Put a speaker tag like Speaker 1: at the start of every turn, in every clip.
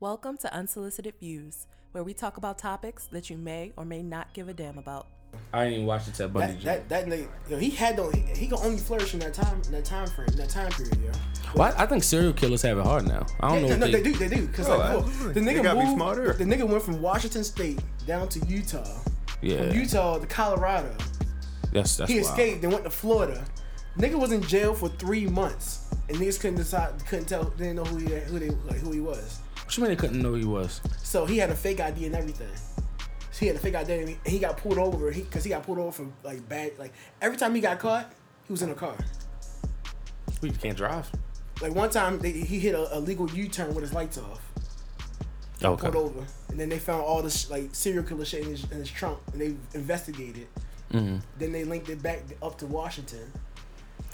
Speaker 1: Welcome to Unsolicited Views, where we talk about topics that you may or may not give a damn about.
Speaker 2: I didn't even watch the Ted Bundy
Speaker 3: That, that that nigga, yo, he had no, he, he can only flourish in that time, in that time frame, in that time period, yo.
Speaker 2: Well, I, I think serial killers have it hard now. I don't know.
Speaker 3: no,
Speaker 2: if
Speaker 3: they do, they do, cause
Speaker 4: Oh,
Speaker 3: like, look,
Speaker 4: absolutely.
Speaker 3: the
Speaker 4: They
Speaker 3: nigga
Speaker 4: gotta be
Speaker 3: moved,
Speaker 4: smarter.
Speaker 3: the nigga went from Washington State down to Utah,
Speaker 2: Yeah,
Speaker 3: from Utah to Colorado.
Speaker 2: that's that's
Speaker 3: He
Speaker 2: wild.
Speaker 3: escaped and went to Florida. Nigga was in jail for three months, and niggas couldn't decide, couldn't tell, they didn't know who he, who they, like, who he was.
Speaker 2: What you mean they couldn't know who he was?
Speaker 3: So he had a fake ID and everything. So he had a fake ID and he, and he got pulled over. He because he got pulled over for like bad. Like every time he got caught, he was in a car.
Speaker 2: We can't drive.
Speaker 3: Like one time they, he hit a illegal U turn with his lights off,
Speaker 2: Okay.
Speaker 3: pulled over, and then they found all this like serial killer shit in his, in his trunk, and they investigated.
Speaker 2: Mm-hmm.
Speaker 3: Then they linked it back up to Washington,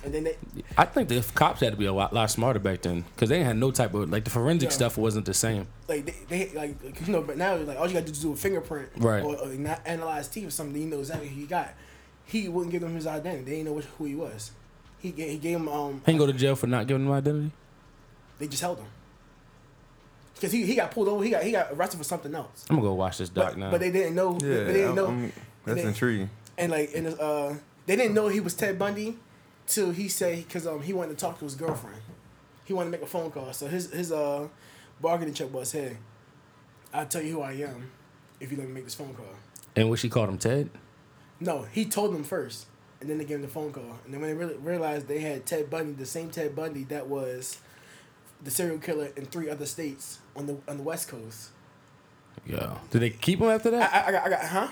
Speaker 3: and then they
Speaker 2: I think the cops had to be a lot, lot smarter back then because they didn't have no type of like the forensic
Speaker 3: Yeah.
Speaker 2: stuff wasn't the same.
Speaker 3: like they, they like 'cause, you know, but now like all you got to do is do a fingerprint,
Speaker 2: Right.
Speaker 3: Or, or not analyze teeth or something. You know exactly who you got. He wouldn't give them his identity. They didn't know which, who he was. He gave, he gave him um.
Speaker 2: He can go to jail for not giving them identity.
Speaker 3: They just held him because he, he got pulled over. He got he got arrested for something else.
Speaker 2: I'm gonna go watch this doc
Speaker 3: But,
Speaker 2: now.
Speaker 3: but they didn't know.
Speaker 4: Yeah,
Speaker 3: but they didn't
Speaker 4: I'm-
Speaker 3: know.
Speaker 4: I'm- that's
Speaker 3: they-
Speaker 4: intriguing.
Speaker 3: and like and uh, they didn't know he was Ted Bundy till he said because um he wanted to talk to his girlfriend. He wanted to make a phone call. So his his uh bargaining chip was, hey, I'll tell you who I am if you let me make this phone call.
Speaker 2: and what she called him Ted.
Speaker 3: No, he told them first, and then they gave him the phone call. And then when they really realized they had Ted Bundy, the same Ted Bundy that was the serial killer in three other states on the on the West Coast.
Speaker 2: Yeah. Did they keep him after
Speaker 3: I
Speaker 2: that?
Speaker 3: I, I got I got huh.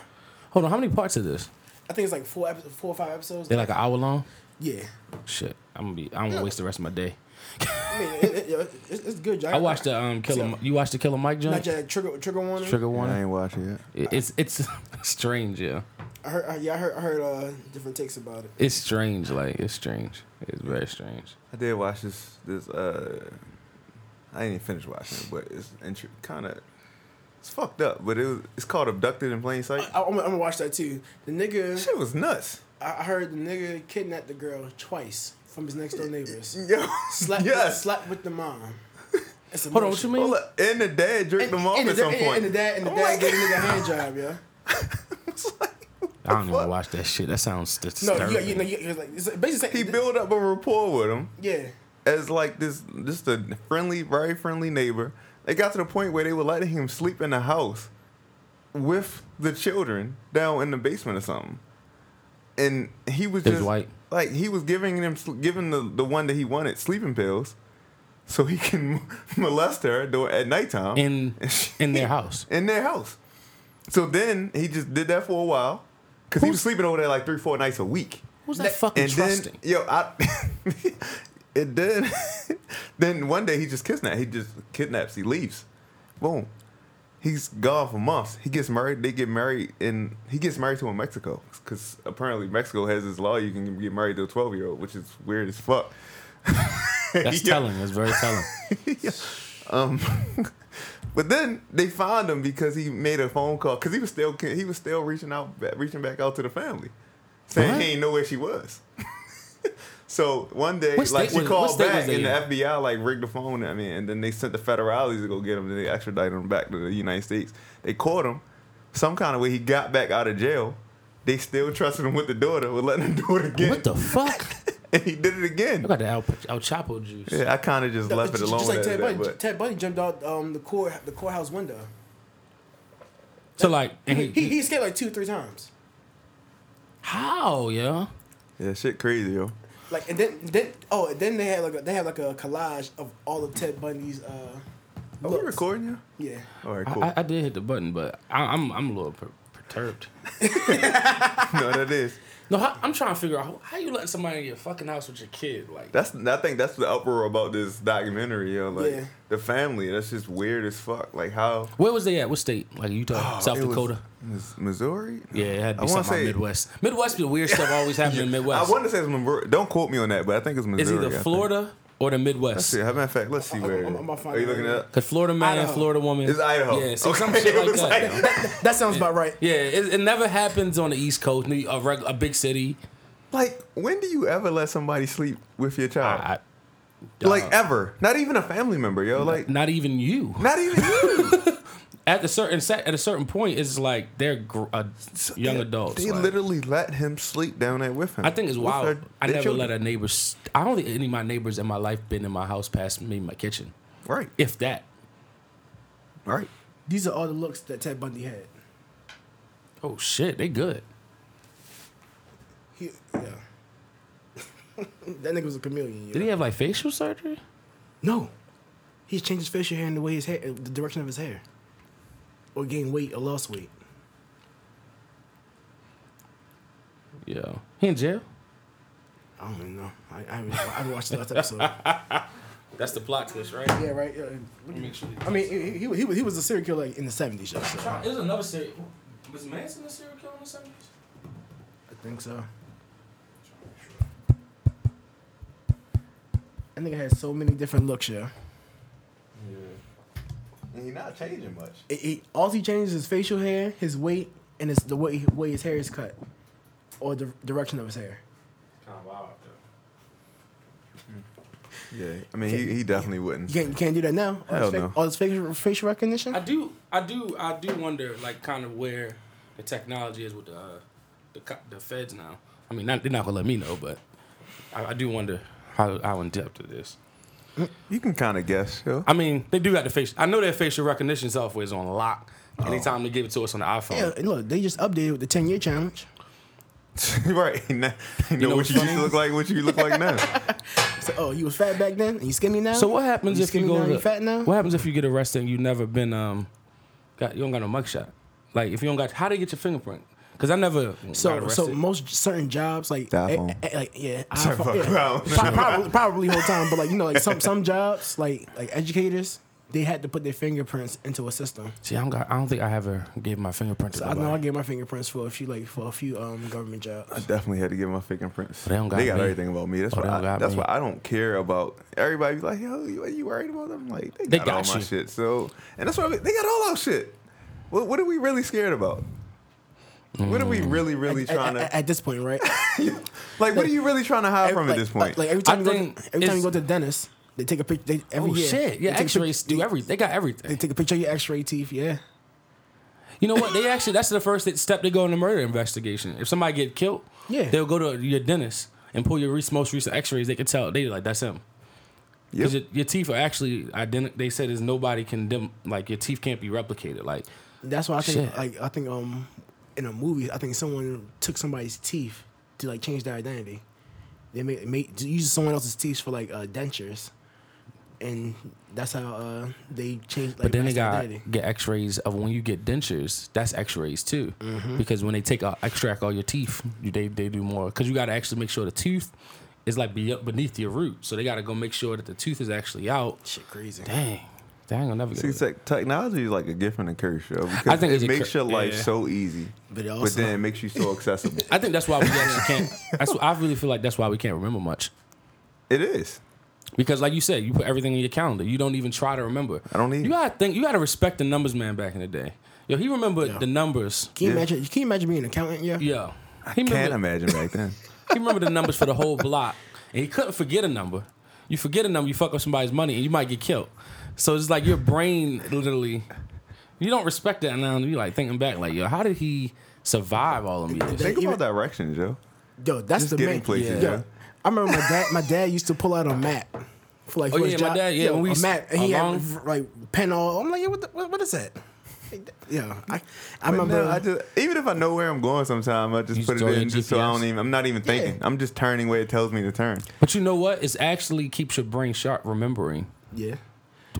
Speaker 2: Hold on. How many parts of this?
Speaker 3: I think it's like four episodes, four or five episodes.
Speaker 2: They're like an hour long.
Speaker 3: yeah,
Speaker 2: Shit. I'm gonna be. I don't wanna waste the rest of my day.
Speaker 3: I mean, it, it, it, it's, it's good.
Speaker 2: I watched the um killer. You watched the killer Mike
Speaker 3: Not
Speaker 2: joint.
Speaker 3: yet. Trigger trigger warning.
Speaker 2: Trigger
Speaker 4: I
Speaker 2: warning.
Speaker 4: ain't watch it yet.
Speaker 2: It- It's it's strange. Yeah.
Speaker 3: I heard. I, yeah, I heard. I heard uh, different takes about it.
Speaker 2: It's strange. Like it's strange. It's very strange.
Speaker 4: I did watch this. This uh, I didn't even finish watching it, but it's intri- kind of it's fucked up. But it was, it's called Abducted in Plain Sight.
Speaker 3: I, I'm, gonna- I'm gonna watch that too. The nigga.
Speaker 4: Shit was nuts.
Speaker 3: I I heard the nigga kidnapped the girl twice from his next door neighbors.
Speaker 4: Yo,
Speaker 3: Slept.
Speaker 4: yes.
Speaker 3: Slept with the mom. It's
Speaker 2: Hold on. What you
Speaker 3: emotional.
Speaker 2: mean?
Speaker 4: Hold up. And the dad jerked
Speaker 3: And,
Speaker 4: them off
Speaker 3: and,
Speaker 4: at
Speaker 3: the,
Speaker 4: some
Speaker 3: and-
Speaker 4: point.
Speaker 3: and the dad and the
Speaker 4: Oh
Speaker 3: dad
Speaker 4: my
Speaker 3: gave the nigga a hand job, yeah.
Speaker 2: I don't even watch that shit. That sounds disturbing.
Speaker 3: No, you, you know, you, it's like it's basically
Speaker 4: he
Speaker 3: saying-
Speaker 4: built up a rapport with him
Speaker 3: Yeah,
Speaker 4: as like this, just a friendly, very friendly neighbor. They got to the point where they were letting him sleep in the house with the children down in the basement or something. And he was
Speaker 2: He was
Speaker 4: just
Speaker 2: white.
Speaker 4: like he was giving them sl- giving the the one that he wanted sleeping pills, so he can molest her dur- at nighttime
Speaker 2: in
Speaker 4: she-
Speaker 2: in their house.
Speaker 4: in their house. So then he just did that for a while because he was sleeping over there like three, four nights a week.
Speaker 2: Who's that fucking
Speaker 4: And
Speaker 2: trusting?
Speaker 4: then yo, I it then then one day he just kidnaps. He just kidnaps. He leaves. Boom. He's gone for months. He gets married. They get married, and he gets married to in Mexico because apparently Mexico has this law you can get married to a twelve year old, which is weird as fuck.
Speaker 2: That's
Speaker 4: Yeah.
Speaker 2: telling. That's very telling.
Speaker 4: Um, but then they found him because he made a phone call because he was still he was still reaching out reaching back out to the family, saying
Speaker 2: What?
Speaker 4: he didn't know where she was. so one day,
Speaker 2: What state
Speaker 4: like she
Speaker 2: was- what
Speaker 4: called
Speaker 2: state was
Speaker 4: back
Speaker 2: they
Speaker 4: and the
Speaker 2: in?
Speaker 4: FBI like rigged the phone. I mean, and then they sent the federales to go get him. Then they extradited him back to the United States. They caught him some kind of way. He got back out of jail. They still trusted him with the daughter. We're letting him do it again.
Speaker 2: What the fuck?
Speaker 4: and he did it again.
Speaker 2: I got the Al, El Chapo juice.
Speaker 4: Yeah, I kind of just left it
Speaker 3: just,
Speaker 4: alone.
Speaker 3: just like
Speaker 4: after
Speaker 3: Ted
Speaker 4: that,
Speaker 3: Bundy.
Speaker 4: but-
Speaker 3: Ted Bundy jumped out um, the court the courthouse window.
Speaker 2: So like, and
Speaker 3: He,
Speaker 2: he,
Speaker 3: he escaped like two three times.
Speaker 2: how yeah?
Speaker 4: yeah, shit crazy yo.
Speaker 3: Like and then then oh and then they had like a, they had like a collage of all of Ted Bundy's. Uh,
Speaker 4: Are we
Speaker 3: looks.
Speaker 4: recording you?
Speaker 3: Yeah.
Speaker 4: All right,
Speaker 2: I-
Speaker 4: cool.
Speaker 2: I, I did hit the button, but I, I'm I'm a little per- perturbed.
Speaker 4: no, that is.
Speaker 2: No, how, I'm trying to figure out how, how you letting somebody in your fucking house with your kid. Like,
Speaker 4: That's. I think that's the uproar about this documentary. Yo, like
Speaker 3: Yeah.
Speaker 4: the family. That's just weird as fuck. Like how
Speaker 2: where was they at? What state? Like Utah, South
Speaker 4: Oh, It was-
Speaker 2: Dakota.
Speaker 4: Mis- Missouri.
Speaker 2: yeah, it had to
Speaker 4: I
Speaker 2: be
Speaker 4: wanna
Speaker 2: something out
Speaker 4: say-
Speaker 2: Midwest. Midwest, the weird stuff always happens in the Midwest.
Speaker 4: I want to say it's Missouri. Don't quote me on that, but I think it's Missouri.
Speaker 2: it's
Speaker 4: I
Speaker 2: either
Speaker 4: think.
Speaker 2: Florida or the Midwest.
Speaker 4: Let's see. How matter of fact, let's see
Speaker 3: I'm-
Speaker 4: where.
Speaker 3: I'm- I'm gonna find
Speaker 4: Are you
Speaker 3: it
Speaker 4: looking
Speaker 3: right
Speaker 4: it
Speaker 3: now.
Speaker 4: up?
Speaker 2: Cause Florida man and
Speaker 3: Idaho.
Speaker 2: Florida woman.
Speaker 4: It's Idaho.
Speaker 2: Yeah, so
Speaker 4: Okay,
Speaker 2: some
Speaker 4: it
Speaker 2: shit like
Speaker 4: looks
Speaker 2: that.
Speaker 4: like-
Speaker 3: That sounds about right.
Speaker 2: Yeah, it, it never happens on the East Coast, New- a, reg- a big city.
Speaker 4: Like, when do you ever let somebody sleep with your child?
Speaker 2: I,
Speaker 4: Like ever. Not even a family member, yo. Like
Speaker 2: Not even you.
Speaker 4: not even you.
Speaker 2: At the certain se- at a certain point, it's like they're gr- uh, young adults.
Speaker 4: They
Speaker 2: like-
Speaker 4: literally let him sleep down there with him.
Speaker 2: I think it's
Speaker 4: With
Speaker 2: wild.
Speaker 4: her-
Speaker 2: I
Speaker 4: their
Speaker 2: never
Speaker 4: children.
Speaker 2: let a neighbor. s I don't think any of my neighbors in my life been in my house past me in my kitchen,
Speaker 4: Right.
Speaker 2: if that.
Speaker 4: Right.
Speaker 3: These are all the looks that Ted Bundy had.
Speaker 2: Oh shit, they good.
Speaker 3: He, yeah. that nigga was a chameleon.
Speaker 2: Did
Speaker 3: Yeah.
Speaker 2: he have like facial surgery?
Speaker 3: No, he changed his facial hair and the way his hair, the direction of his hair, or gained weight or lost weight.
Speaker 2: Yeah, he in jail.
Speaker 3: I don't even know. I, I, haven't, I haven't watched the last episode.
Speaker 2: That's the plot twist, right?
Speaker 3: yeah, right. Yeah. I mean, he, he, he, was- he was a serial killer like, in the seventies, so I
Speaker 2: It was another series. Was Manson a serial killer or something?
Speaker 3: think so. That nigga had so many different looks, yeah.
Speaker 4: And he's not changing much.
Speaker 3: It, it, all he changes is facial hair, his weight, and it's the way way his hair is cut, or the direction of his hair.
Speaker 2: Kind of wild though.
Speaker 4: Yeah. I mean he, he definitely wouldn't.
Speaker 3: You can't, you can't do that now. All
Speaker 4: Hell
Speaker 3: this,
Speaker 4: no.
Speaker 3: all this facial, facial recognition.
Speaker 2: I do, I do, I do wonder, like, kind of where the technology is with the uh, the, co- the feds now. I mean, not, they're not gonna let me know, but I, I do wonder how how in depth it is.
Speaker 4: You can kinda guess, yo.
Speaker 2: I mean, they do got the face. I know their facial recognition software is on lock. Anytime they give it to us on the iPhone,
Speaker 3: Yeah, and look, they just updated with the ten year challenge.
Speaker 4: right. Now, you know,
Speaker 2: know
Speaker 4: what
Speaker 2: what's
Speaker 4: you used
Speaker 2: funny?
Speaker 4: to look like, what you look like now.
Speaker 3: So, oh, you was fat back then, and you skinny now.
Speaker 2: So what happens
Speaker 3: you
Speaker 2: if you
Speaker 3: skinny
Speaker 2: go?
Speaker 3: now,
Speaker 2: to-
Speaker 3: you fat now?
Speaker 2: What happens if you get arrested and you never been um, got you don't got no mugshot? Like if you don't got how do you get your fingerprint? Because I never got
Speaker 3: So,
Speaker 2: arrested.
Speaker 3: so most certain jobs like
Speaker 4: The
Speaker 3: eh,
Speaker 4: iPhone.
Speaker 3: eh, like yeah,
Speaker 4: Sorry,
Speaker 3: iPhone,
Speaker 4: fuck,
Speaker 3: yeah.
Speaker 4: iPhone.
Speaker 3: Pro- probably probably whole time, but like you know like some some jobs like like educators they had to put their fingerprints into a system.
Speaker 2: see, I don't got. I don't think I ever gave my fingerprint to
Speaker 3: I know I
Speaker 2: nobody.
Speaker 3: gave my fingerprints for a few like for a few um government
Speaker 4: I
Speaker 3: jobs.
Speaker 4: definitely had to get my fingerprints.
Speaker 2: Oh, They don't got me.
Speaker 4: everything about me. That's
Speaker 2: Oh,
Speaker 4: why.
Speaker 2: they
Speaker 4: I,
Speaker 2: don't got
Speaker 4: that's
Speaker 2: me.
Speaker 4: why I don't care about everybody. Be like, yo, you- what are you worried about? I'm like, they got,
Speaker 2: They
Speaker 4: all
Speaker 2: got
Speaker 4: my
Speaker 2: you.
Speaker 4: shit. So, and that's why we- they got all our shit. What, what are we really scared about? What are we
Speaker 2: Mm.
Speaker 4: really, really
Speaker 3: At,
Speaker 4: trying
Speaker 3: at-
Speaker 4: to
Speaker 3: at this point, right?
Speaker 4: like? What are you really trying to hide from
Speaker 3: like,
Speaker 4: at this point?
Speaker 3: like every time
Speaker 2: I
Speaker 3: you go
Speaker 2: think
Speaker 3: to, every time
Speaker 2: it's-
Speaker 3: you go to the dentist, they take a picture. They, every
Speaker 2: Oh
Speaker 3: year,
Speaker 2: shit!
Speaker 3: they
Speaker 2: Yeah,
Speaker 3: take a pic-
Speaker 2: X-rays do everything. They got
Speaker 3: They
Speaker 2: everything.
Speaker 3: take a picture of your X-ray teeth. Yeah.
Speaker 2: You know what? They actually that's the first step they go in the murder investigation. If somebody get killed,
Speaker 3: Yeah.
Speaker 2: they'll go to your dentist and pull your re- most recent X-rays. They can tell they like that's him.
Speaker 4: Yep.
Speaker 2: Because your, your teeth are actually identical. They said there's nobody can dim like your teeth can't be replicated. Like
Speaker 3: That's why I think
Speaker 2: Shit.
Speaker 3: like I think um in a movie I think someone took somebody's teeth to like change their identity. They made, made to use someone else's teeth for like uh, dentures, and that's how uh they changed. Like,
Speaker 2: But then they
Speaker 3: matched their
Speaker 2: got
Speaker 3: identity.
Speaker 2: get X-rays of when you get dentures. That's X-rays too,
Speaker 4: Mm-hmm.
Speaker 2: because when they take out, extract all your teeth, you, they they do more because you got to actually make sure the tooth is like be- beneath your root. So they got to go make sure that the tooth is actually out.
Speaker 3: shit crazy.
Speaker 2: Dang, dang, I'll never get.
Speaker 4: See,
Speaker 2: over
Speaker 4: it's like technology is like a gift and a curse, yo. Because
Speaker 2: think
Speaker 4: it
Speaker 2: it's a
Speaker 4: makes
Speaker 2: cur-
Speaker 4: your life
Speaker 2: yeah.
Speaker 4: so easy,
Speaker 3: But it
Speaker 4: but
Speaker 3: also-
Speaker 4: then it makes you so accessible.
Speaker 2: that. I think that's why we actually can't. That's why I really feel like that's why we can't remember much.
Speaker 4: it is.
Speaker 2: Because like you said, you put everything in your calendar. You don't even try to remember.
Speaker 4: I don't even.
Speaker 2: You gotta think. You gotta respect the numbers, man. Back in the day, yo, he remembered
Speaker 3: Yeah.
Speaker 2: the numbers.
Speaker 3: Can you
Speaker 4: Yeah.
Speaker 3: imagine? Can you imagine being an accountant? Yeah.
Speaker 2: Yo, I
Speaker 4: Can't imagine back then.
Speaker 2: He remembered the numbers for the whole block, and he couldn't forget a number. You forget a number, you fuck up somebody's money, and you might get killed. So it's like your brain literally, you don't respect that now. You like thinking back, like yo, how did he survive all of these?
Speaker 4: Think
Speaker 3: even-
Speaker 4: about directions, yo.
Speaker 3: Yo, that's
Speaker 4: Just
Speaker 3: the
Speaker 4: getting
Speaker 3: main.
Speaker 4: places,
Speaker 3: yo,
Speaker 4: yeah.
Speaker 3: I remember my dad. My dad used to pull out a map for like
Speaker 2: Oh,
Speaker 3: for his
Speaker 2: yeah, my
Speaker 3: job.
Speaker 2: dad, yeah,
Speaker 3: Yo,
Speaker 2: when we
Speaker 3: a
Speaker 2: s-
Speaker 3: map, and he
Speaker 2: along-
Speaker 3: had like pen all. I'm like, yeah, what, the, what, what is that? Yeah, I, I
Speaker 4: But
Speaker 3: remember.
Speaker 4: no, I just even if I know where I'm going, sometime I just
Speaker 2: You
Speaker 4: put it
Speaker 2: throw your
Speaker 4: in just so I
Speaker 2: GPS.
Speaker 4: don't even. I'm not even thinking. I'm just turning where it tells me to turn.
Speaker 2: But you know what? It's actually keeps your brain sharp, remembering
Speaker 3: yeah.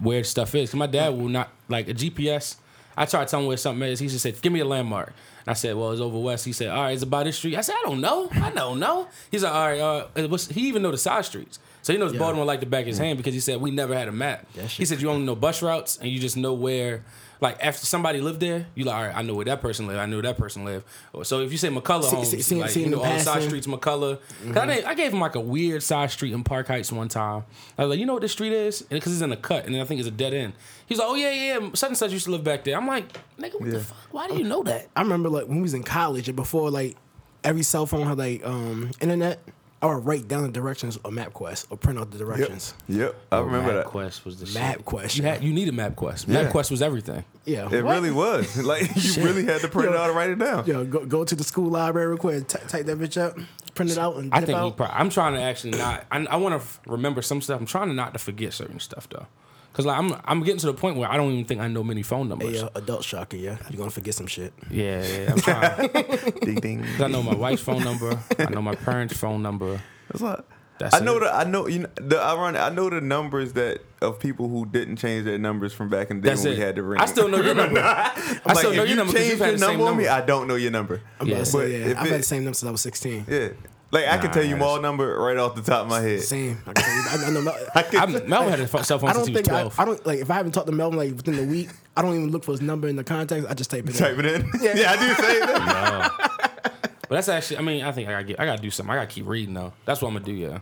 Speaker 2: where stuff is. 'Cause My dad will not like a GPS. I tried telling him where something is. He just said, "Give me a landmark." And I said, "Well, it's over west." He said, "All right, it's about this street." I said, "I don't know. I don't know." He's like, "All right, uh, it was, he even know the side streets." So he knows
Speaker 3: Yeah.
Speaker 2: Baltimore like the back of his hand because he said we never had a map.
Speaker 3: That
Speaker 2: He
Speaker 3: shit
Speaker 2: said you only know bus routes and you just know where. Like after somebody lived there, you like, all right, I know where that person lived. I know where that person lived. Or- So if you say McCullough
Speaker 3: See-
Speaker 2: homes,
Speaker 3: see- seeing-
Speaker 2: like,
Speaker 3: seeing
Speaker 2: you know
Speaker 3: them
Speaker 2: all the side
Speaker 3: passing.
Speaker 2: streets, McCullough. 'Cause
Speaker 4: Mm-hmm.
Speaker 2: I, didn't- I gave him like a weird side street in Park Heights one time. I was like, you know what this street is? And because it's in a cut, and I think it's a dead end. He's like, oh yeah, yeah, such and such used to live back there. I'm like, nigga, what
Speaker 4: Yeah.
Speaker 2: the fuck? Why do you know that?
Speaker 3: I remember like when we was in college and before like every cell phone had like um internet. I would write down the directions on MapQuest or print out the directions.
Speaker 4: Yep,
Speaker 3: Oh,
Speaker 4: I remember that.
Speaker 2: MapQuest was the shit.
Speaker 3: MapQuest.
Speaker 2: You had you needed MapQuest.
Speaker 4: Yeah.
Speaker 2: MapQuest was everything.
Speaker 3: yeah.
Speaker 4: It really was. Like you really had to print it out and write it down.
Speaker 3: Yo, go, go to the school library real quick, ty- type that bitch up, print it out, and
Speaker 2: I
Speaker 3: dip
Speaker 2: think
Speaker 3: out.
Speaker 2: he probably. I'm trying to actually not. I, I want to f- remember some stuff. I'm trying to not to forget certain stuff though, because like I'm I'm getting to the point where I don't even think I know many phone numbers.
Speaker 3: Hey, yo, adult shocker, yeah. You're gonna forget some shit.
Speaker 2: Yeah, yeah, I'm trying. 'Cause
Speaker 4: Ding ding.
Speaker 2: I know my wife's phone number. I know my parents' phone number.
Speaker 4: That's a lot.
Speaker 2: That's
Speaker 4: I know
Speaker 2: it.
Speaker 4: the I know you know, the ironic. I know the numbers that of people who didn't change their numbers from back in the day
Speaker 2: That's
Speaker 4: when
Speaker 2: it.
Speaker 4: we had to ring.
Speaker 2: I still know your number. I
Speaker 4: like,
Speaker 2: still know
Speaker 4: if
Speaker 2: your number. 'cause
Speaker 4: Change
Speaker 2: you've had
Speaker 4: your
Speaker 2: the same
Speaker 4: number on me.
Speaker 2: number.
Speaker 4: I don't know your number.
Speaker 3: I'm about to
Speaker 4: But
Speaker 3: say, yeah.
Speaker 4: if
Speaker 3: I've had
Speaker 4: it-
Speaker 3: the same number since I was 16.
Speaker 4: Yeah, like I can tell you
Speaker 2: Nah,
Speaker 4: my number right off the top of my head.
Speaker 3: Same. I, can tell you- I, I, know, Mel-
Speaker 4: I can,
Speaker 2: I'm, Melvin had a fu- cell phone
Speaker 3: I
Speaker 2: since
Speaker 3: don't
Speaker 2: he was
Speaker 3: think I,
Speaker 2: 12.
Speaker 3: I don't like if I haven't talked to Melvin like within the week. I don't even look for his number in the contacts. I just type it.
Speaker 4: type
Speaker 3: in.
Speaker 4: it in. Yeah, I do say that.
Speaker 2: but that's actually. I mean, I think I gotta get. I gotta do something. I gotta keep reading though. That's what I'm gonna do. Yeah.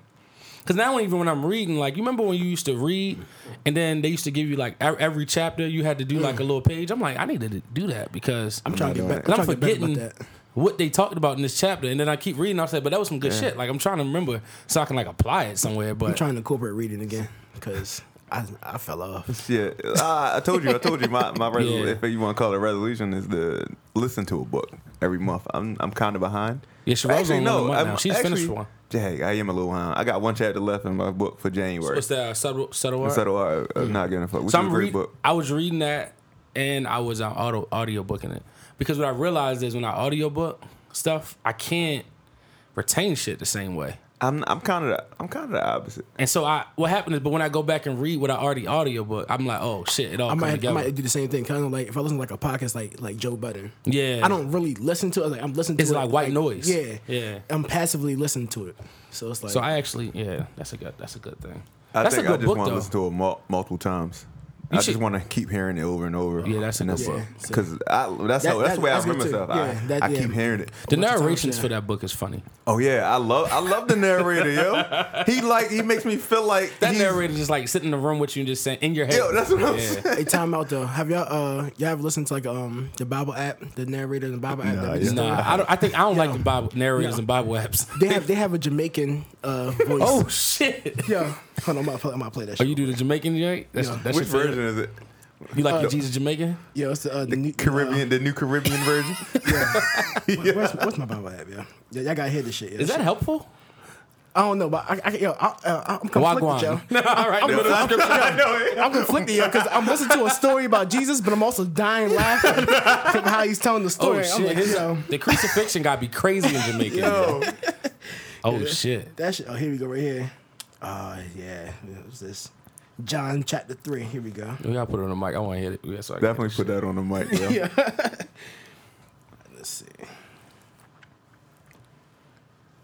Speaker 2: Cause now even when I'm reading, like you remember when you used to read, and then they used to give you like ev- every chapter you had to do like a little page. I'm like, I needed to do that because
Speaker 3: Mm. I'm trying to get
Speaker 4: doing
Speaker 3: back.
Speaker 2: Cause
Speaker 3: I'm,
Speaker 2: I'm,
Speaker 3: trying to get better
Speaker 2: forgetting
Speaker 3: about that.
Speaker 2: what they talked about in this chapter, and then I keep reading. I said, "But that was some good shit." Like I'm trying to remember so I can like apply it somewhere.
Speaker 3: I'm
Speaker 2: But
Speaker 3: trying to corporate reading again because I I fell off.
Speaker 4: Yeah, Ah, I told you. I told you. My my resolution,
Speaker 2: Yeah.
Speaker 4: if you want to call it a resolution, is to listen to a book every month. I'm I'm kind of behind.
Speaker 2: Yeah, Sherelle's on one a month now. She's finished one.
Speaker 4: Dang, I am a little behind. I got one chapter left in my book for January.
Speaker 2: what's that? Uh, subtle, subtle art.
Speaker 4: So do I. I'm not giving a fuck. Which
Speaker 2: So
Speaker 4: is a
Speaker 2: I'm
Speaker 4: great
Speaker 2: read-
Speaker 4: book.
Speaker 2: I was reading that, and I was on auto audio booking it because what I realized is when I audio book stuff, I can't retain shit the same way.
Speaker 4: I'm I'm kind of the, I'm kind of the opposite.
Speaker 2: And so I, what happened is, but when I go back and read what I already audio book, I'm like, oh shit, it all
Speaker 3: I
Speaker 2: come
Speaker 3: might I
Speaker 2: together.
Speaker 3: might do the same thing. Kind of like if I listen to like a podcast like like Joe Budden.
Speaker 2: Yeah.
Speaker 3: I don't really listen to it. Like I'm listening to
Speaker 2: It's
Speaker 3: it.
Speaker 2: like white noise.
Speaker 3: Yeah.
Speaker 2: Yeah.
Speaker 3: I'm passively listening to it. So it's like
Speaker 2: so I actually, yeah, that's a good, that's a good thing.
Speaker 4: I
Speaker 2: that's
Speaker 4: think
Speaker 2: a
Speaker 4: I
Speaker 2: good
Speaker 4: just
Speaker 2: book
Speaker 4: want to
Speaker 2: though.
Speaker 4: listen to it mul- multiple times. I
Speaker 2: should-
Speaker 4: just want to keep hearing it over and over.
Speaker 2: Yeah, that's a
Speaker 4: and
Speaker 2: good book.
Speaker 4: Because that's
Speaker 3: That-
Speaker 4: how, that's the way I
Speaker 3: that's good
Speaker 4: remember
Speaker 3: too.
Speaker 4: stuff.
Speaker 3: Yeah,
Speaker 4: I,
Speaker 3: that-
Speaker 4: I
Speaker 3: yeah.
Speaker 4: keep hearing it.
Speaker 2: the
Speaker 3: bunch of times,
Speaker 2: narrations
Speaker 3: yeah.
Speaker 2: for that book is funny.
Speaker 4: Oh yeah, I love I love the narrator, yo. He like he makes me feel like
Speaker 2: That
Speaker 4: he's-
Speaker 2: narrator just like sitting in the room with you and just saying in your head.
Speaker 4: Yo, that's what I'm
Speaker 2: Yeah.
Speaker 4: saying.
Speaker 3: Hey, time out though. Have y'all uh y'all ever listened to like um the Bible app, the narrator in the Bible app? that we
Speaker 4: yeah.
Speaker 3: just-
Speaker 2: Nah, I, don't, I think I don't like the Bible narrators and Bible apps.
Speaker 3: They have they have a Jamaican uh voice.
Speaker 2: Oh shit!
Speaker 3: yeah. Hold on, I'm gonna play, I'm gonna play that.
Speaker 2: Oh,
Speaker 3: Shit.
Speaker 2: you do the Jamaican, right? That's,
Speaker 3: Yeah. Uh,
Speaker 2: that's
Speaker 4: Which
Speaker 2: your favorite?
Speaker 4: version is it?
Speaker 2: You like your Jesus Jamaican?
Speaker 3: yeah, it's the, uh, the, new-
Speaker 4: Caribbean, the new Caribbean version.
Speaker 3: Uh, where's, what's my Bible app? Yeah, yeah, y'all gotta hear this shit. Yeah.
Speaker 2: Is that helpful?
Speaker 3: I don't know, but I, I yo, I, uh, I'm conflicted, yo.
Speaker 2: Wagwan. All right, no,
Speaker 4: I know, I know it.
Speaker 3: I'm conflicted, yo, because I'm listening to a story about Jesus, but I'm also dying laughing from how he's telling the
Speaker 2: Oh
Speaker 3: story. I'm
Speaker 2: shit!
Speaker 3: like,
Speaker 2: his-
Speaker 3: yo,
Speaker 2: The crucifixion got to be crazy in Jamaica.
Speaker 4: Yo,
Speaker 2: Oh shit!
Speaker 3: that shit. Oh, here we go, right here. Uh, yeah, what's this? John chapter three. Here we go.
Speaker 2: We gotta put it on the mic. I want to hear it. Yeah, so I can-
Speaker 4: definitely put that on the mic, yo.
Speaker 3: Yeah. Let's see.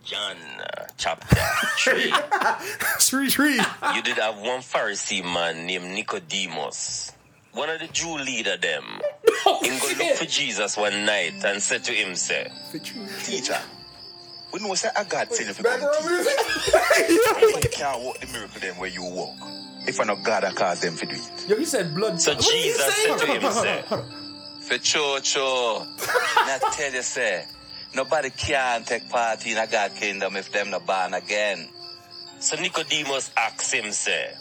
Speaker 5: John uh, chapter 3.
Speaker 4: Tree, tree.
Speaker 5: you did have one Pharisee man named Nicodemus. One of the Jew leader them. him go look for Jesus one night and said to him, say,
Speaker 6: Teacher, we know say I got till if you come
Speaker 4: Background music.
Speaker 6: Nobody can walk the miracle them where you walk. If I know God, I cause them to do it.
Speaker 2: Yo, you said blood.
Speaker 5: So
Speaker 2: What did you
Speaker 5: Jesus
Speaker 2: say?
Speaker 5: said to him, say,
Speaker 6: For cho cho, not tell you say, nobody can take part in a God kingdom if them not born again.
Speaker 5: so Nicodemus asked him, say,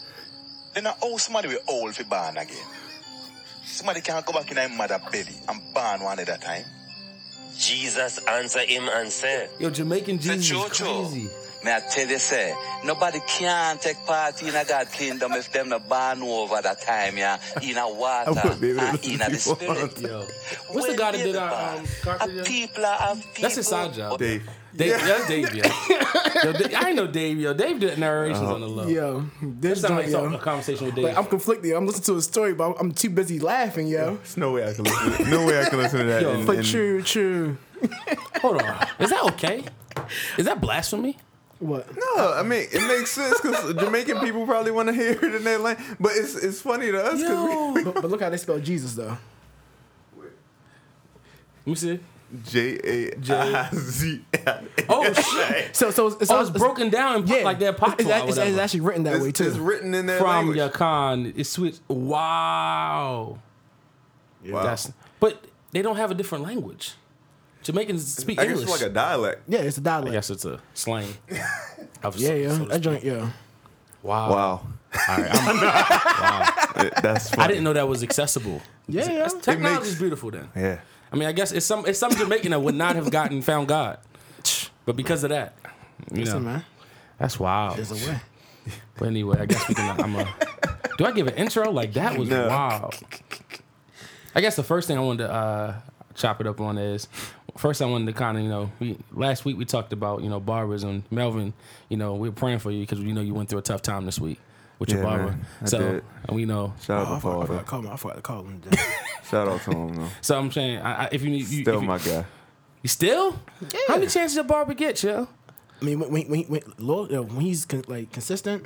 Speaker 6: Then I owe somebody we old for born again. Somebody can go back in their mother belly and born one at a time.
Speaker 5: Jesus answered him and said,
Speaker 2: Yo, Jamaican
Speaker 6: For
Speaker 2: Jesus
Speaker 6: cho
Speaker 2: is
Speaker 6: cho,
Speaker 2: crazy.
Speaker 6: may I tell you say, nobody can take part in a God kingdom if them not born over that time, yeah, in a water
Speaker 4: I wouldn't be able to
Speaker 6: and in a
Speaker 4: listen to
Speaker 6: the
Speaker 4: you all
Speaker 6: spirit.
Speaker 2: Yo, what's the guy that did our um,
Speaker 6: A
Speaker 2: cartridge?
Speaker 6: people are people.
Speaker 2: That's his side job.
Speaker 4: Dave.
Speaker 2: Dave, that's Dave. Yo, yo Dave, I ain't know Dave. Yo, Dave did narrations
Speaker 3: Uh-huh.
Speaker 2: on the low. Yeah,
Speaker 3: Yo, this
Speaker 2: it's not like
Speaker 3: joint,
Speaker 2: some-
Speaker 3: yo.
Speaker 2: a conversation with Dave.
Speaker 3: Like, I'm conflicted. I'm listening to a story, but I'm- I'm too busy laughing, yo.
Speaker 4: There's no way I can listen. To, no way I can listen to that.
Speaker 2: Yo,
Speaker 4: and-
Speaker 3: But
Speaker 4: and-
Speaker 3: true, true.
Speaker 2: Hold on, is that okay? Is that blasphemy?
Speaker 3: What?
Speaker 4: No, I mean it makes sense because Jamaican people probably want to hear it in their language. But it's it's funny to us because
Speaker 3: But, but look how they spell Jesus, though.
Speaker 2: Let me see.
Speaker 4: J A I Z.
Speaker 2: Oh shit!
Speaker 3: So, so it's,
Speaker 2: Oh, it's broken down and pop, like that pop
Speaker 3: It's, it's, it's actually written that way
Speaker 4: It's,
Speaker 3: too.
Speaker 4: it's written in their
Speaker 2: from
Speaker 4: language.
Speaker 2: your con. It switched. Wow.
Speaker 4: Wow.
Speaker 2: That's but they don't have a different language. Jamaicans speak
Speaker 4: I guess
Speaker 2: English.
Speaker 4: it's like a dialect.
Speaker 3: yeah, it's a dialect.
Speaker 2: I guess it's a slang. Of-
Speaker 3: Yeah, yeah.
Speaker 2: so to
Speaker 3: That joint,
Speaker 2: speak.
Speaker 3: yeah.
Speaker 2: Wow.
Speaker 4: Wow,
Speaker 2: All right, I'm-
Speaker 4: It- that's funny.
Speaker 2: I didn't know that was accessible.
Speaker 3: Yeah, yeah.
Speaker 2: Technology's
Speaker 4: makes-
Speaker 2: beautiful then.
Speaker 4: Yeah,
Speaker 2: I mean, I guess it's some it's some Jamaican that would not have gotten found God, but because of that, you
Speaker 3: Listen,
Speaker 2: know,
Speaker 3: man.
Speaker 2: that's wild.
Speaker 3: There's a way.
Speaker 2: But anyway, I guess we can. I'm a, do I give an intro? Like that was
Speaker 4: No.
Speaker 2: wild. I guess the first thing I wanted to uh, chop it up on is first I wanted to kind of you know we, last week we talked about you know barbers and Melvin. You know we are praying for you because we know you went through a tough time this week with your
Speaker 4: Yeah,
Speaker 2: barber.
Speaker 4: man, I
Speaker 2: so
Speaker 4: did.
Speaker 2: and we know.
Speaker 4: shout
Speaker 3: Oh, I
Speaker 4: out
Speaker 3: forgot, I
Speaker 4: to Paul.
Speaker 3: forgot to
Speaker 4: though.
Speaker 3: call him. I forgot to call him.
Speaker 4: Shout out to him though.
Speaker 2: So I'm saying I, I, if you need you, if
Speaker 4: Still
Speaker 2: you-
Speaker 4: my guy.
Speaker 2: you still how many chances a barber get, chill?
Speaker 3: I mean, when when, when, when, Lord, uh, when he's con- like consistent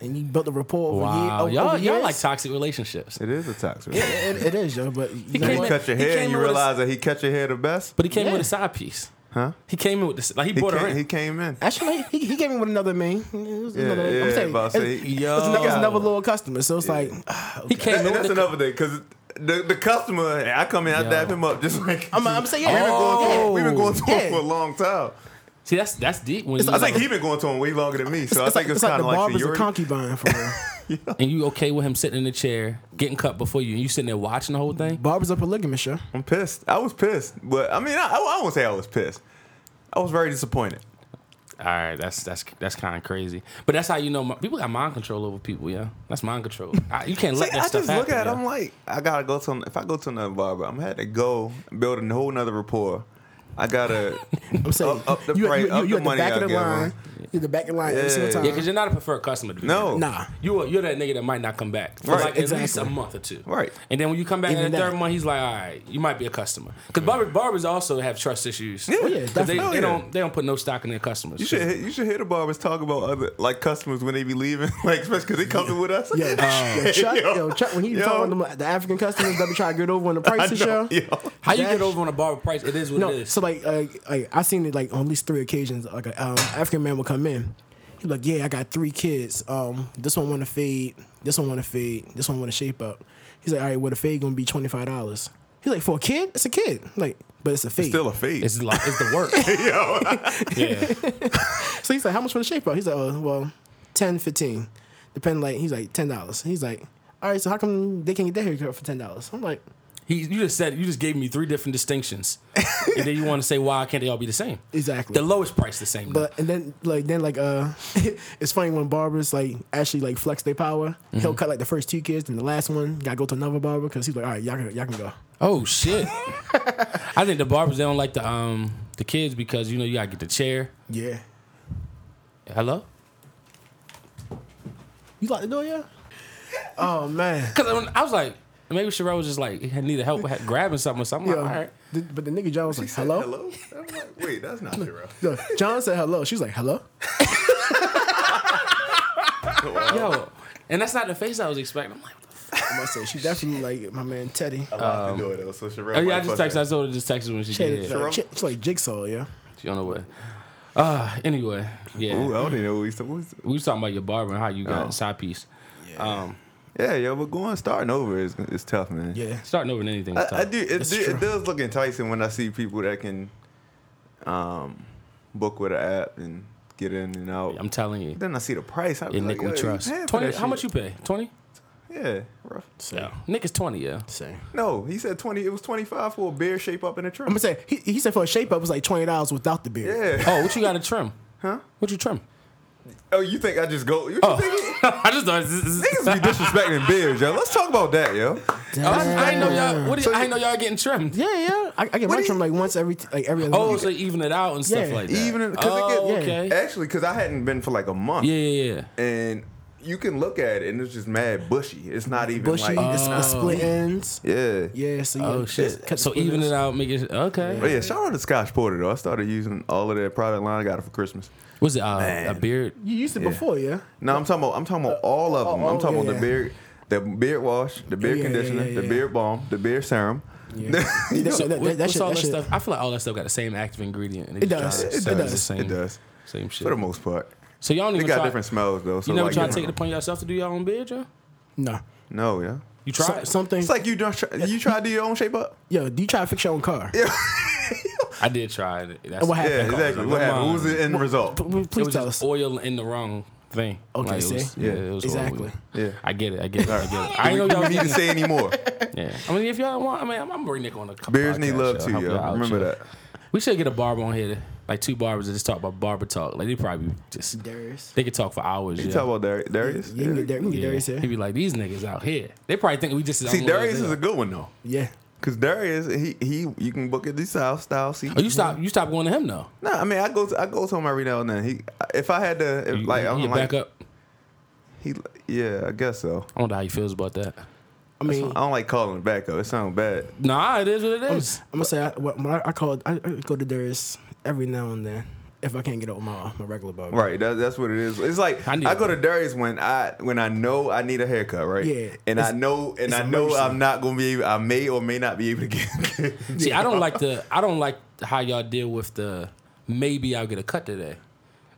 Speaker 3: and you built the rapport
Speaker 4: oh,
Speaker 3: over year,
Speaker 2: Wow,
Speaker 3: over,
Speaker 2: y'all
Speaker 3: over
Speaker 2: y'all
Speaker 3: years,
Speaker 2: like toxic relationships.
Speaker 4: It is a tax. Right?
Speaker 3: it, it is, yo. But you
Speaker 2: came
Speaker 3: know
Speaker 2: in-
Speaker 4: You
Speaker 3: what?
Speaker 4: cut your
Speaker 2: He
Speaker 4: hair
Speaker 2: came
Speaker 4: and you
Speaker 2: in with a-
Speaker 4: realize that he cut your hair the best.
Speaker 2: But he came
Speaker 3: Yeah.
Speaker 2: with a side piece.
Speaker 4: Huh?
Speaker 2: He came in with this like he,
Speaker 4: He
Speaker 2: brought her
Speaker 4: came,
Speaker 2: in.
Speaker 4: he came in.
Speaker 3: Actually, he, he gave me with another man. It was
Speaker 4: Yeah,
Speaker 3: another,
Speaker 4: yeah,
Speaker 3: I'm saying,
Speaker 4: about to say,
Speaker 3: it's,
Speaker 4: he-
Speaker 2: Yo.
Speaker 3: it's another, it's another little customer. So it's like,
Speaker 2: He came
Speaker 4: And
Speaker 2: in
Speaker 4: that's
Speaker 2: with
Speaker 4: another thing, because the, the customer, I come in, I
Speaker 2: Yo.
Speaker 4: dab him up just like.
Speaker 3: I'm, I'm saying,
Speaker 4: We've
Speaker 3: yeah,
Speaker 4: been going to him, we've
Speaker 2: Oh.
Speaker 4: been going to him
Speaker 3: Yeah.
Speaker 4: for a long time.
Speaker 2: See, that's that's deep. When you,
Speaker 4: I think he been going to him way longer than me, so I think it's,
Speaker 3: like
Speaker 4: kind
Speaker 3: the
Speaker 4: of like,
Speaker 3: barber's a
Speaker 4: seniority.
Speaker 3: concubine for real.
Speaker 2: and you okay with him sitting in the chair getting cut before you, and you sitting there watching the whole thing.
Speaker 3: barber's a polygamist, yo.
Speaker 4: I'm pissed. I was pissed, but I mean, I, I won't say I was pissed. I was very disappointed.
Speaker 2: All right, that's that's that's kind of crazy. But that's how you know my, people got mind control over people. Yeah, that's mind control. I, you can't let
Speaker 4: See,
Speaker 2: that
Speaker 4: I
Speaker 2: stuff
Speaker 4: just
Speaker 2: happen.
Speaker 4: look at it.
Speaker 2: yeah.
Speaker 4: I'm like, I gotta go to. If I go to another barber, I'm gonna have to go build a whole nother rapport. I gotta
Speaker 3: I'm saying,
Speaker 4: Up- up the
Speaker 3: you,
Speaker 4: price,
Speaker 3: you, you,
Speaker 4: up
Speaker 3: you
Speaker 4: the
Speaker 3: at the
Speaker 4: money
Speaker 3: back
Speaker 4: I
Speaker 3: of the
Speaker 4: give him.
Speaker 3: line. You're the back of the line every
Speaker 4: Yeah.
Speaker 3: single time.
Speaker 2: yeah, because you're not a preferred customer. To begin
Speaker 4: no.
Speaker 2: with.
Speaker 3: nah.
Speaker 2: you are, you're that nigga that might not come back for
Speaker 4: Right,
Speaker 2: like at least a
Speaker 3: exactly.
Speaker 2: month or two.
Speaker 4: Right.
Speaker 2: and then when you come back in
Speaker 3: Even
Speaker 2: the
Speaker 3: that.
Speaker 2: third month, he's like, all right, you might be a customer. Because barbers also have trust issues.
Speaker 4: Oh,
Speaker 3: yeah,
Speaker 2: 'Cause they,
Speaker 3: definitely.
Speaker 2: they don't they don't put no stock in their customers.
Speaker 4: You should hear- you should hear the barbers talk about other like customers when they be leaving, like especially because they come to with us.
Speaker 3: Yo,
Speaker 2: um,
Speaker 3: yo, Chuck,
Speaker 4: Yo.
Speaker 3: yo, Chuck, when he
Speaker 4: Yo.
Speaker 3: talking to the African customers that be trying to get over on the
Speaker 4: I
Speaker 3: prices,
Speaker 4: know,
Speaker 3: yo.
Speaker 4: yo.
Speaker 2: How you
Speaker 3: That
Speaker 2: get
Speaker 3: sh-
Speaker 2: over on a barber price? It is what it
Speaker 3: No,
Speaker 2: is.
Speaker 3: so like, uh, like I seen it like on at least three occasions. Like, an um, African man would come in. He like, yeah, I got three kids. Um, this one want to fade. This one want to fade. This one want to shape up. He's like, all right, well, the fade gonna be twenty five dollars. He's like, for a kid, it's a kid. I'm Like, but it's a fade.
Speaker 4: Still a fade.
Speaker 2: it's like it's the work. yeah.
Speaker 3: so he's like, how much for the shape up? He's like, oh, well, 10, 15. Depending, like, he's like ten dollars. He's like, all right, so how come they can't get their haircut for ten dollars? I'm like,
Speaker 2: He, you just said you just gave me three different distinctions, and then you want to say why can't they all be the same?
Speaker 3: exactly.
Speaker 2: The lowest price the same.
Speaker 3: But and then like then like uh, it's funny when barbers like actually like flex their power.
Speaker 2: Mm-hmm.
Speaker 3: He'll cut like the first two kids, and the last one gotta go to another barber because he's like, all right, y'all can y'all can go.
Speaker 2: oh shit! I think the barbers they don't like the um the kids because you know you gotta get the chair.
Speaker 3: Yeah,
Speaker 2: Hello.
Speaker 3: you lock the door, yeah. Oh man,
Speaker 2: Because I, was like, maybe Sherelle was just like he needed help with grabbing something or something.
Speaker 3: yo.
Speaker 2: I'm Like, all right.
Speaker 3: The- but the nigga John was like, hello.
Speaker 4: Hello? I'm like, wait, that's not zero.
Speaker 3: Yo, John said hello. She's like, hello.
Speaker 2: Yo, and that's not the face I was expecting. I'm like, what the f-
Speaker 3: I must say she definitely like my man Teddy.
Speaker 4: I lost the door though, so Sherelle
Speaker 2: oh yeah, I
Speaker 4: might
Speaker 2: just
Speaker 4: fuck
Speaker 2: texted. I told her just texted when she
Speaker 3: Teddy,
Speaker 2: did.
Speaker 3: like, chi- it's like jigsaw, yeah.
Speaker 2: She on the way. Uh, anyway, yeah.
Speaker 4: that. Ooh, I don't even know what we said. What was-
Speaker 2: We was talking about your barber and how you got
Speaker 4: Oh.
Speaker 2: a side piece. Um,
Speaker 4: Yeah, yo, but going starting over is it's tough, man.
Speaker 3: Yeah,
Speaker 2: starting over in anything. is
Speaker 4: I, I
Speaker 2: tough.
Speaker 4: do. It,
Speaker 3: That's
Speaker 4: do
Speaker 3: true.
Speaker 4: it does look enticing when I see people that can um, book with an app and get in and out.
Speaker 2: I'm telling you.
Speaker 4: then I see the price. I'm
Speaker 2: And
Speaker 4: like,
Speaker 2: Nick
Speaker 4: what
Speaker 2: we
Speaker 4: are you
Speaker 2: trust.
Speaker 4: paying for
Speaker 2: Twenty.
Speaker 4: that
Speaker 2: How much you
Speaker 4: shit?
Speaker 2: pay? Twenty.
Speaker 4: Yeah, rough.
Speaker 3: same,
Speaker 2: Nick is twenty. Yeah.
Speaker 3: same.
Speaker 4: No, he said twenty. It was twenty five for a beer shape up in a trim.
Speaker 3: I'm gonna say he, he said for a shape up was like twenty dollars without the beard.
Speaker 4: yeah.
Speaker 2: Oh, what you got to trim?
Speaker 4: Huh?
Speaker 2: What you trim?
Speaker 4: Oh, you think I just go? You
Speaker 2: Oh,
Speaker 4: think
Speaker 2: I just thought. this- this- this-
Speaker 4: niggas be disrespecting beers, yo? Let's talk about that, yo.
Speaker 2: I, I didn't know y'all. What is,
Speaker 4: So
Speaker 2: I didn't know y'all getting trimmed.
Speaker 3: Yeah, yeah. I, I get
Speaker 4: What
Speaker 3: my
Speaker 4: do
Speaker 3: trim like once every like every other
Speaker 2: Oh,
Speaker 3: month.
Speaker 2: so even it out and stuff
Speaker 3: Yeah.
Speaker 2: like that.
Speaker 4: Even because
Speaker 2: oh,
Speaker 4: it gets
Speaker 2: okay.
Speaker 4: actually because I hadn't been for like a month.
Speaker 2: Yeah, yeah, yeah.
Speaker 4: and you can look at it and it's just mad bushy. It's not even
Speaker 3: bushy,
Speaker 4: like
Speaker 3: it's, it's split ends.
Speaker 4: yeah.
Speaker 3: Yeah, so you
Speaker 2: Oh
Speaker 3: gotta
Speaker 2: shit.
Speaker 3: cut the
Speaker 2: So
Speaker 3: split
Speaker 2: even
Speaker 3: ends.
Speaker 2: it out, make it okay.
Speaker 4: But yeah, shout out to Scotch Porter though. I started using all of their product line. I got it for Christmas.
Speaker 2: Was it uh, a beard?
Speaker 3: You used it
Speaker 4: Yeah.
Speaker 3: before, yeah.
Speaker 4: No, I'm talking about I'm talking about all of them.
Speaker 3: oh,
Speaker 4: I'm talking
Speaker 3: yeah, yeah.
Speaker 4: about the beard, the beard wash, the beard
Speaker 3: yeah, yeah,
Speaker 4: conditioner,
Speaker 3: yeah,
Speaker 4: the
Speaker 3: yeah.
Speaker 4: beard balm, the beard serum. You
Speaker 3: That-
Speaker 4: know,
Speaker 3: that- that-
Speaker 2: What-
Speaker 3: that
Speaker 2: what's
Speaker 3: shit-
Speaker 2: all
Speaker 3: that
Speaker 2: that
Speaker 3: shit-
Speaker 2: stuff? I feel like all that stuff got the same active ingredient. and they
Speaker 3: It
Speaker 2: just
Speaker 3: does.
Speaker 2: try to
Speaker 3: It
Speaker 2: sell the
Speaker 3: does.
Speaker 2: Same,
Speaker 4: It does
Speaker 2: Same shit.
Speaker 4: for the most part.
Speaker 2: So y'all don't
Speaker 4: They
Speaker 2: even
Speaker 4: got
Speaker 2: try,
Speaker 4: different smells though. So
Speaker 2: You never
Speaker 4: like,
Speaker 2: try to take it upon yourself to do your own beard, Joe?
Speaker 3: No.
Speaker 4: No, yeah.
Speaker 2: You
Speaker 3: So,
Speaker 2: try it?
Speaker 3: something.
Speaker 4: It's like you don't try, you try to do your own shape up.
Speaker 3: yo, do you try to fix your own car?
Speaker 2: I did try it. That's
Speaker 3: And what happened?
Speaker 4: Yeah, exactly. What happened? What was the end result?
Speaker 3: P-
Speaker 2: It
Speaker 3: Please
Speaker 2: was
Speaker 3: tell
Speaker 2: just
Speaker 3: us.
Speaker 2: oil in the wrong thing.
Speaker 3: Okay,
Speaker 2: it
Speaker 3: see?
Speaker 2: was- yeah, it was oil.
Speaker 3: Exactly.
Speaker 4: Yeah.
Speaker 2: I get it. I get it. I get it. I
Speaker 4: I
Speaker 2: ain't know
Speaker 4: know you
Speaker 2: y'all
Speaker 4: don't need to say anymore.
Speaker 2: Yeah. I mean, if y'all want, I mean, I'm, I'm bringing Nick on a couple.
Speaker 4: Bears need
Speaker 2: podcasts,
Speaker 4: love
Speaker 2: y'all.
Speaker 4: too,
Speaker 2: Help y'all
Speaker 4: yo.
Speaker 2: out,
Speaker 4: Remember
Speaker 2: y'all.
Speaker 4: that.
Speaker 2: We should get a barber on here, like two barbers that just talk about barber talk. Like they probably just
Speaker 3: Darius.
Speaker 2: they could talk for hours.
Speaker 4: You
Speaker 2: yeah.
Speaker 4: talk about Dar- Darius.
Speaker 3: Yeah, you can get Dar- you can get
Speaker 2: Yeah.
Speaker 3: Darius here.
Speaker 2: He'd be like, these niggas out here. They probably think we just as
Speaker 4: See,
Speaker 2: unloyal
Speaker 4: Darius
Speaker 2: as
Speaker 4: is
Speaker 2: they
Speaker 4: a good one though,
Speaker 3: Yeah.
Speaker 4: because Darius he he you can book it the South style seat.
Speaker 2: are. Oh, you stop. You stop going to him though.
Speaker 4: No, I mean I go to, I go to him every now and then. He if I had to if,
Speaker 2: You-
Speaker 4: like
Speaker 2: you
Speaker 4: I'm
Speaker 2: get
Speaker 4: like
Speaker 2: back up.
Speaker 4: he yeah I guess so.
Speaker 2: I wonder how he feels about that.
Speaker 3: I mean,
Speaker 4: I don't like calling it back up. It sounds bad.
Speaker 2: Nah, it is what it is.
Speaker 3: I'm gonna say I, what, when I, I call I, I go to Darius every now and then if I can't get on my my regular barber.
Speaker 4: Right, that, that's what it is. It's like
Speaker 2: I
Speaker 4: I,
Speaker 2: need a-
Speaker 4: go to Darius when I when I know I need a haircut, right?
Speaker 3: Yeah.
Speaker 4: and I
Speaker 3: It's-
Speaker 4: know and
Speaker 3: it's
Speaker 4: I know
Speaker 3: emergency.
Speaker 4: I'm not gonna be able. I may or may not be able to get.
Speaker 2: See, I don't like the I don't like how y'all deal with the maybe I'll get a cut today.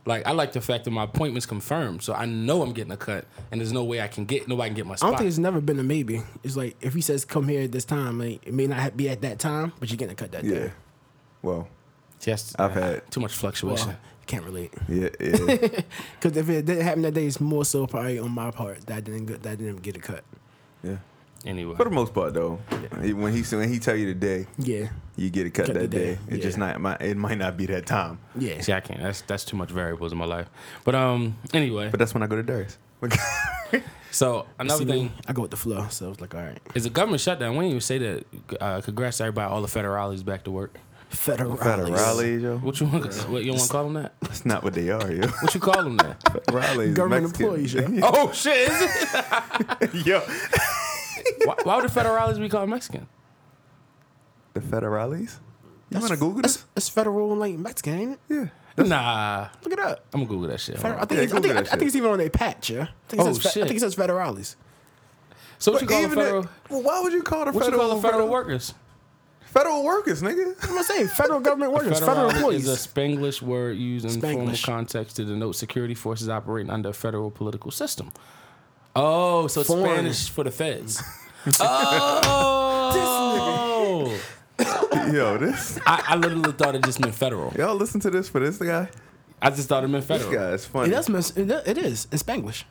Speaker 2: Like I like the fact that my appointment's confirmed, so I know I'm getting a cut, and there's no way I can get nobody can get my
Speaker 3: I
Speaker 2: spot.
Speaker 3: don't think it's never been a maybe. It's like if he says come here at this time, like, it may not ha- be at that time, but you're getting a cut that
Speaker 4: yeah.
Speaker 3: day.
Speaker 4: Well,
Speaker 2: Just-
Speaker 4: I've had-
Speaker 2: too much fluctuation.
Speaker 3: Well, you can't relate
Speaker 4: yeah, yeah.
Speaker 3: because if it didn't happen that day, it's more so probably on my part that I didn't get, that I didn't get a cut.
Speaker 4: yeah.
Speaker 2: anyway,
Speaker 4: For the most part, though, he- when he when he tell you the day,
Speaker 3: Yeah,
Speaker 4: you get it cut,
Speaker 3: Cut the
Speaker 4: that day.
Speaker 3: day,
Speaker 4: It just
Speaker 3: yeah.
Speaker 4: not might- it might not be that time.
Speaker 3: yeah.
Speaker 2: see, I can't. That's that's too much variables in my life. But um, anyway,
Speaker 4: But that's when I go to Darius.
Speaker 2: so another
Speaker 3: See
Speaker 2: thing
Speaker 3: me? I go with the flow, so it's like all right.
Speaker 2: is the government shutdown. We didn't even say that. Uh, congrats to everybody, all the federales back to work.
Speaker 3: Federal
Speaker 4: Federales, yo.
Speaker 2: What you want? What you want to call them that?
Speaker 4: That's not what they are, yo.
Speaker 2: What you call them that?
Speaker 4: Federales,
Speaker 3: Government
Speaker 4: Mexican.
Speaker 3: employees, yo.
Speaker 2: oh shit! Is it?
Speaker 4: yo.
Speaker 2: Why, why would the federales be called Mexican?
Speaker 4: The federales. You want to Google this?
Speaker 3: It's, it's federal and like Mexican, ain't it?
Speaker 4: Yeah.
Speaker 2: Nah,
Speaker 3: Look it up.
Speaker 2: I'm gonna Google that shit. Hold
Speaker 3: Federal,
Speaker 2: on.
Speaker 3: I think
Speaker 4: Yeah,
Speaker 3: it's, I
Speaker 4: Google
Speaker 3: think, I,
Speaker 4: that
Speaker 3: think
Speaker 4: shit.
Speaker 3: it's even on their patch, yeah. I think it
Speaker 2: Oh,
Speaker 3: says, fe-
Speaker 2: shit.
Speaker 3: I think it says federales.
Speaker 2: So what you call a
Speaker 4: if-
Speaker 2: federal?
Speaker 4: well, why would you call the
Speaker 2: What you
Speaker 4: federal
Speaker 2: call the federal workers?
Speaker 4: federal workers, nigga?
Speaker 3: I'm saying federal government workers, federal, employees.
Speaker 2: is a Spanglish word used in formal
Speaker 3: Spanglish.
Speaker 2: context to denote security forces operating under a federal political system. Oh, so it's
Speaker 3: Foreign.
Speaker 2: Spanish for the feds. oh,
Speaker 4: Yo, this
Speaker 2: I, I literally thought it just meant federal.
Speaker 4: y'all listen to this for this guy.
Speaker 2: I just thought it meant
Speaker 4: This
Speaker 2: federal,
Speaker 4: guy is funny.
Speaker 3: It does. Mess, it, it is in Spanglish.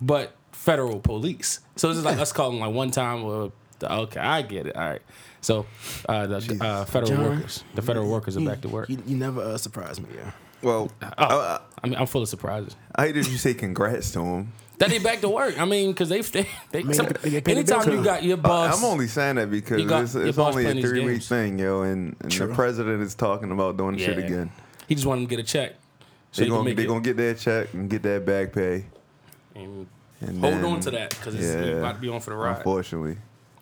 Speaker 2: but federal police. So it's just like us calling like one time. Well, okay, I get it. All right. So uh, the uh, federal
Speaker 3: John.
Speaker 2: workers, the federal workers are back to work.
Speaker 3: You, you never uh, surprise me, yeah.
Speaker 4: well,
Speaker 2: Oh, I mean, I'm full of surprises.
Speaker 4: I hate that you say congrats to him.
Speaker 2: that they back to work. I mean, because they, they, they,
Speaker 3: Man,
Speaker 2: some-
Speaker 3: they get paid
Speaker 2: anytime
Speaker 3: their
Speaker 2: you
Speaker 3: bills.
Speaker 2: got your
Speaker 4: I-
Speaker 2: boss,
Speaker 4: I'm only saying that because
Speaker 2: You got-
Speaker 4: it's,
Speaker 2: your
Speaker 4: it's
Speaker 2: boss
Speaker 4: only
Speaker 2: playing
Speaker 4: a
Speaker 2: these
Speaker 4: three week
Speaker 2: games.
Speaker 4: thing, yo, and, and the
Speaker 3: True.
Speaker 4: president is talking about doing shit
Speaker 2: Yeah.
Speaker 4: again.
Speaker 2: he just wanted to get a check. So he
Speaker 4: They're
Speaker 2: can
Speaker 4: gonna,
Speaker 2: make
Speaker 4: they
Speaker 2: it.
Speaker 4: gonna get that check and get that back pay.
Speaker 2: And
Speaker 4: And
Speaker 2: hold
Speaker 4: then-
Speaker 2: on to that because it's you
Speaker 4: yeah.
Speaker 2: about to be on for the ride.
Speaker 4: Unfortunately,